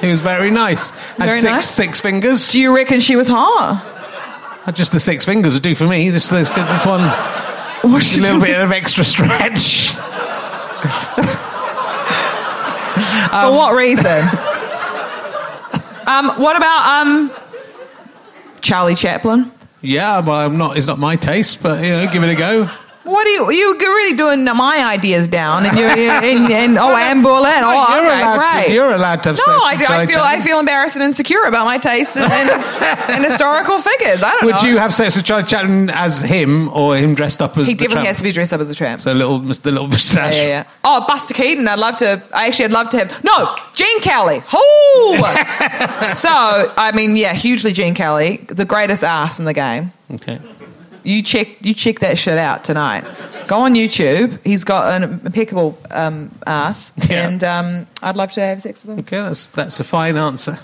He was very nice. Had
Very
six
nice.
six fingers. Uh,
Do you reckon she was hot?
Just the six fingers would do for me. This this, this one,
What she
a little
doing?
bit of extra stretch.
For what
[laughs]
reason? um, what about um, Charlie Chaplin?
Yeah, but I'm not. It's not my taste, but you know, give it a go.
What are you? You're really doing my ideas down, and you're, you're and,
[laughs]
and oh, Anne Boleyn.
No,
Oh,
you're
okay,
allowed
right.
to. You're allowed to have
no,
sex.
I,
with
do- I
Charlie
feel I
Chaplin.
feel embarrassed and insecure about my taste and, and,
[laughs]
and historical figures. I don't
Would
know.
you have sex with Charlie Chaplin as him or him dressed up as
He
the
definitely
tramp?
has to be dressed up as a tramp.
So little, the little moustache.
yeah, yeah, yeah. Oh, Buster Keaton. I'd love to. I actually, I'd love to have. No, Gene Kelly.
[laughs]
Oh, so I mean, yeah, hugely Gene Kelly, the greatest ass in the game.
Okay.
You check, you check that shit out tonight. Go on YouTube. He's got an impeccable um, ass,
Yeah.
and um, I'd love to have sex with him.
Okay, that's that's a fine answer.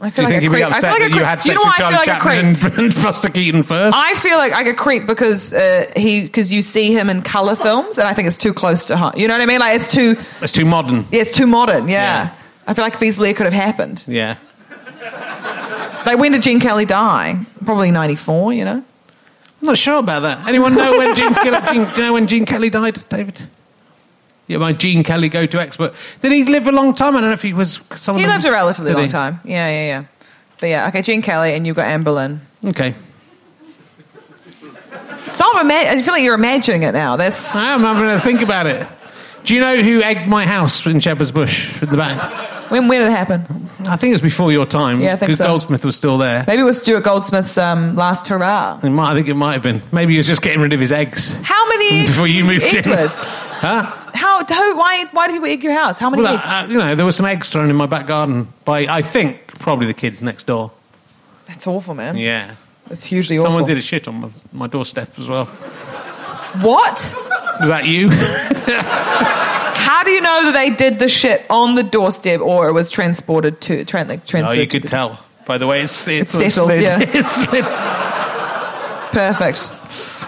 I
Do you
feel like
think
a
he'd be
creep. I
upset
feel like a
that you
creep.
had sex
you know
with
what? I
Charlie
feel like a creep.
Chaplin and, and [laughs] Buster Keaton first?
I feel like I could creep because uh, he because you see him in color films, and I think it's too close to home. You know what I mean? Like it's too
That's too modern.
Yeah, it's too modern. Yeah.
Yeah.
I feel like feasibly it could have happened.
Yeah.
Like, when did Gene Kelly die? Probably 94, you know?
I'm not sure about that. Anyone know when Gene Kelly, [laughs] Gene, do you know when Gene Kelly died, David? Yeah, my Gene Kelly go-to expert. Did he live a long time? I don't know if he was. Someone
He lived a relatively
Did
long
he?
time. Yeah, yeah, yeah. But yeah, okay, Gene Kelly, and you've got Anne Boleyn.
Okay.
Stop imagining. I feel like you're imagining it now. That's.
I am having to think about it. Do you know who egged my house in Shepherd's Bush at the back?
When, when did it happen?
I think it was before your time.
Yeah, I think
Because
so.
Goldsmith was still there.
Maybe it was Stuart Goldsmith's um, last hurrah.
It might, I think it might have been. Maybe he was just getting rid of his eggs.
How many
[laughs]
eggs
Before
did
you moved
egg
in.
With?
[laughs] Huh?
How, who, why, why did you egg your house? How many
Well, uh,
eggs?
I, you know, there were some eggs thrown in my back garden by, I think, probably the kids next door.
That's awful, man.
Yeah.
That's hugely awful.
Someone did a shit on my, my doorstep as well.
What?
Was that
[laughs]
you?
How do you know that they did the shit on the doorstep or it was transported to tran- like, transferred?
oh, you
to
could
the-
tell. By the way, it's, it's [laughs]
It settles,
slid.
yeah.
It slid.
Perfect.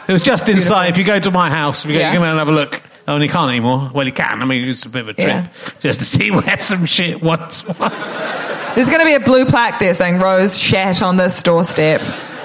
It was just inside. If you go to my house, if you go,
Yeah.
you come out and have a look. Oh, and you can't anymore. Well, you can. I mean, it's a bit of a trip
Yeah.
just to see where some shit
[laughs]
was. was.
There's going to be a blue plaque there saying Rose shat on this doorstep.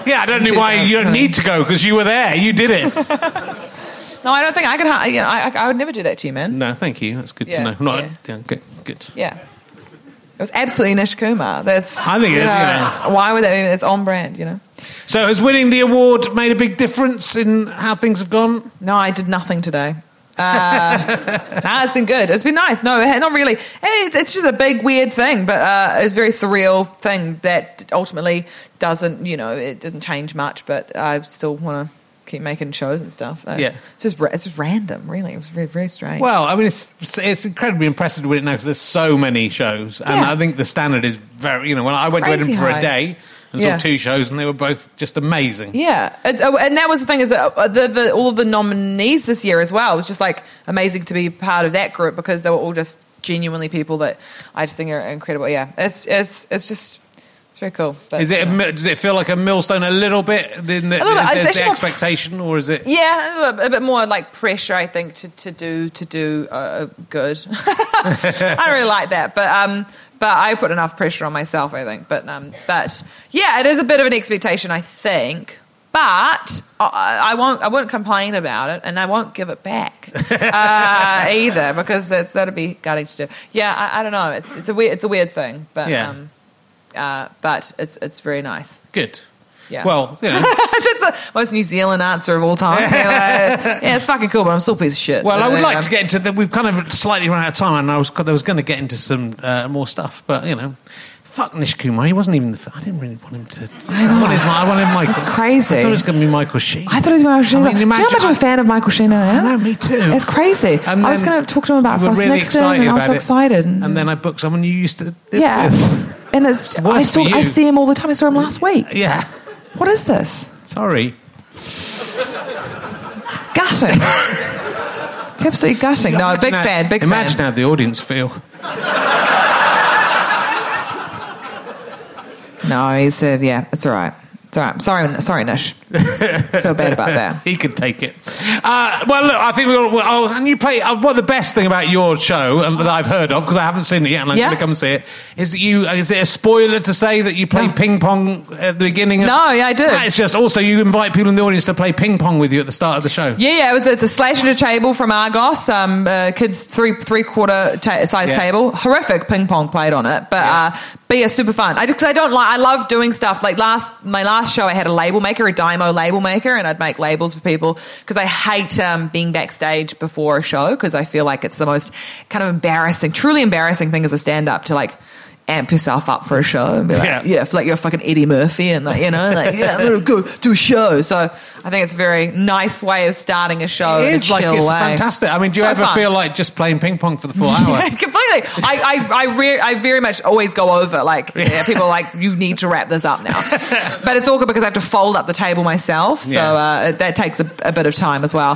Yeah, I don't know why you don't need to go because you were there. You did
[laughs]
it.
No, I don't think I could. ha- You know, I, I would never do that to you, man.
no, thank you. That's good to
Yeah,
know. Not,
yeah.
yeah. good. good.
Yeah. It was absolutely Nish Kumar. That's.
I think
you
it-
know,
yeah.
Why would that be? That's on brand, you know?
So, has winning the award made a big difference in how things have gone?
No, I did nothing today. Uh, [laughs] nah, it's been good. It's been nice. No, it- not really. It's, it's just a big, weird thing, but uh, it's a very surreal thing that ultimately doesn't, you know, it doesn't change much, but I still want to keep making shows and stuff. Uh,
Yeah.
It's just, ra- it's just random, really. It was very, very strange.
Well, I mean, it's it's incredibly impressive to win it now because there's so many shows, and
Yeah.
I think the standard is very. You know, when I went to
Crazy
Edinburgh for
high.
a day and
Yeah.
saw two shows, and they were both just amazing.
Yeah, It- oh, and that was the thing is that uh, the, the, all of the nominees this year as well. It was just like amazing to be part of that group because they were all just genuinely people that I just think are incredible. Yeah, it's it's it's just it's very cool. But,
Is it?
you
A,
know.
mi- does it feel like a millstone a little bit? Then the,
A little bit.
the,
It's
the,
actually not-
expectation, or is it?
yeah, a, little- a bit more like pressure, I think, to, to do to do uh, good. [laughs] I don't really like that, but um, but I put enough pressure on myself, I think. But um, but yeah, it is a bit of an expectation, I think. But I, I won't. I won't complain about it, and I won't give it back uh, either because that's that'd be gutting to do. Yeah, I, I don't know. It's it's a weird it's a weird thing, but
Yeah.
um, uh, but it's it's very nice.
Good.
Yeah.
Well, you
[laughs]
know,
That's the most New Zealand answer of
[laughs]
all time. Yeah, like, yeah, it's fucking cool, but I'm still a piece of shit.
well, I would like
Um,
to get into the. We've kind of slightly run out of time, and I was I was going to get into some uh, more stuff, but you know, fuck Nish Kumar. He wasn't even. The, I didn't really want him to. I, wanted, my- I wanted Michael.
That's crazy.
I thought it was going to be Michael Sheen.
I thought it was Michael Sheen.
I mean,
Do you know how
imagine-
much of a fan of Michael Sheen I am?
I know, me too.
It's crazy.
And
I was
then
going to talk to him about
we were
Frost
really
Nixon,
excited
and I was
about
so
it.
excited.
And then I booked someone you used to. live
yeah,
with.
and it's,
It's worse
I,
for
saw, I
you.
see him all the time. I saw him last week.
yeah.
What is this?
Sorry.
Gutting. it's absolutely gutting. No, big
Now,
fan, big
Imagine
fan.
how the audience feel.
No, he's uh, yeah, it's all right. It's all right. Sorry, sorry,
[laughs]
Nish. Feel bad about that.
He could take it. Uh, well, look, I think we all. Oh, and you play. Uh, well, the best thing about your show um, that I've heard of because I haven't seen it yet, and I'm
Yeah.
going to come see it. Is that you? Is it a spoiler to say that you play
No.
ping pong at the beginning? Of,
No, yeah, I do.
It's just also you invite people in the audience to play ping pong with you at the start of the show.
Yeah, yeah, it was, it's a slash at a table from Argos, um, uh, kids three three quarter ta- size
Yeah.
table. Horrific ping pong played on it, but uh, but yeah, super fun. I because I don't like I love doing stuff like last my last show I had a label maker, a Dymo label maker, and I'd make labels for people because I hate um, being backstage before a show because I feel like it's the most kind of embarrassing, truly embarrassing thing as a stand up to like. Amp yourself up for a show and be like,
Yeah.
yeah, if, like you're fucking Eddie Murphy and like you know like yeah I'm gonna go do a show. So I think it's a very nice way of starting a show.
It
in a
is like
Oh, chill
it's
way.
fantastic. I mean, do you
So
ever
fun.
feel like just playing ping pong for the full hour?
[laughs] Yeah, completely. I I I, re- I very much always go over like yeah, people are like you need to wrap this up now,
[laughs]
but it's all good because I have to fold up the table myself, so
Yeah.
uh, it- that takes a, a bit of time as well.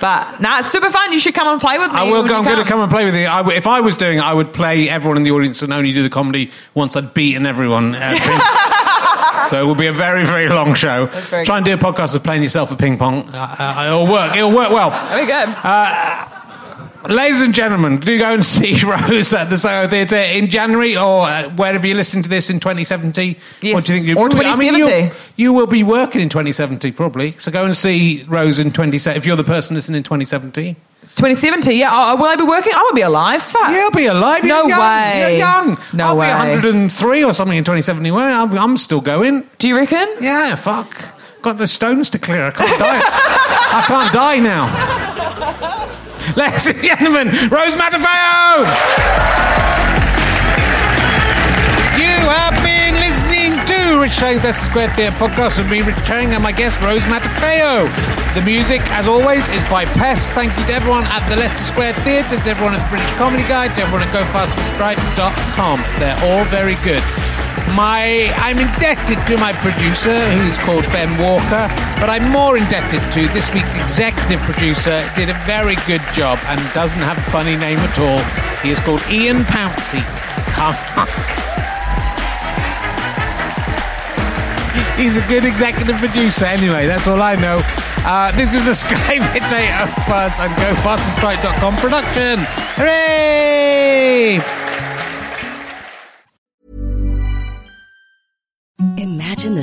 But nah, it's super fun. You should come and play with me.
I will.
when
Go,
you
I'm going to come and play with you. I w if I was doing it, I would play everyone in the audience and only do the comedy once I'd beaten everyone. At
[laughs]
ping- so it would be a very, very long show.
very
Try and do a podcast of playing yourself at ping pong. Uh, uh, it'll work. It'll work well.
Very good.
Uh, Ladies and gentlemen, do go and see [laughs] Rose at the Soho Theatre in January or uh, wherever you listen to this in 2070.
Yes.
What do you think? you-
Or
I mean, you'll-
2070.
you will be working in 2070 probably. So go and see Rose in 2070 if you're the person listening in 2070.
it's 2070. Yeah. Oh, will I be working? I won't be alive. Fuck.
Yeah, I'll be alive.
Uh, No
You're young.
way.
You're young.
No
I'll
way.
be 103 or something in 2071. I'm, I'm still going.
Do you reckon?
Yeah, fuck. Got the stones to clear. I can't
[laughs]
die. I can't die now. Ladies and gentlemen, Rose Matafeo! You have been listening to Rich Chang's Leicester Square Theatre podcast with me, Rich Chang, and my guest, Rose Matafeo. The music, as always, is by Pest. Thank you to everyone at the Leicester Square Theatre, to everyone at the British Comedy Guide, to everyone at gofasterstripe.com. They're all very good. My, I'm indebted to my producer, who's called Ben Walker, but I'm more indebted to this week's executive producer. Did a very good job and doesn't have a funny name at all. He is called Ian Pouncey. Come on. [laughs] He's a good executive producer, anyway. That's all I know. Uh, this is a [laughs] Sky oh Potato Fuss and GoFasterStrike.com production. Hooray!
Imagine the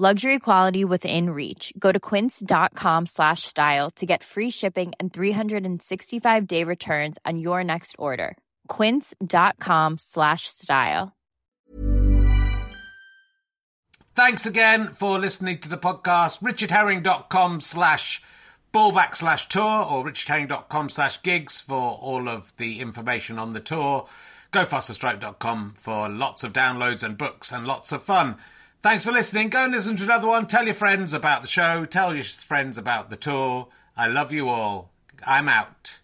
Luxury quality within reach. Go to quince.com slash style to get free shipping and 365 day returns on your next order. Quince.com slash style.
Thanks again for listening to the podcast. RichardHerring.com slash Ballback slash tour or richchanning.com slash gigs for all of the information on the tour. GoFasterStripe.com for lots of downloads and books and lots of fun. Thanks for listening. Go and listen to another one. Tell your friends about the show. Tell your friends about the tour. I love you all. I'm out.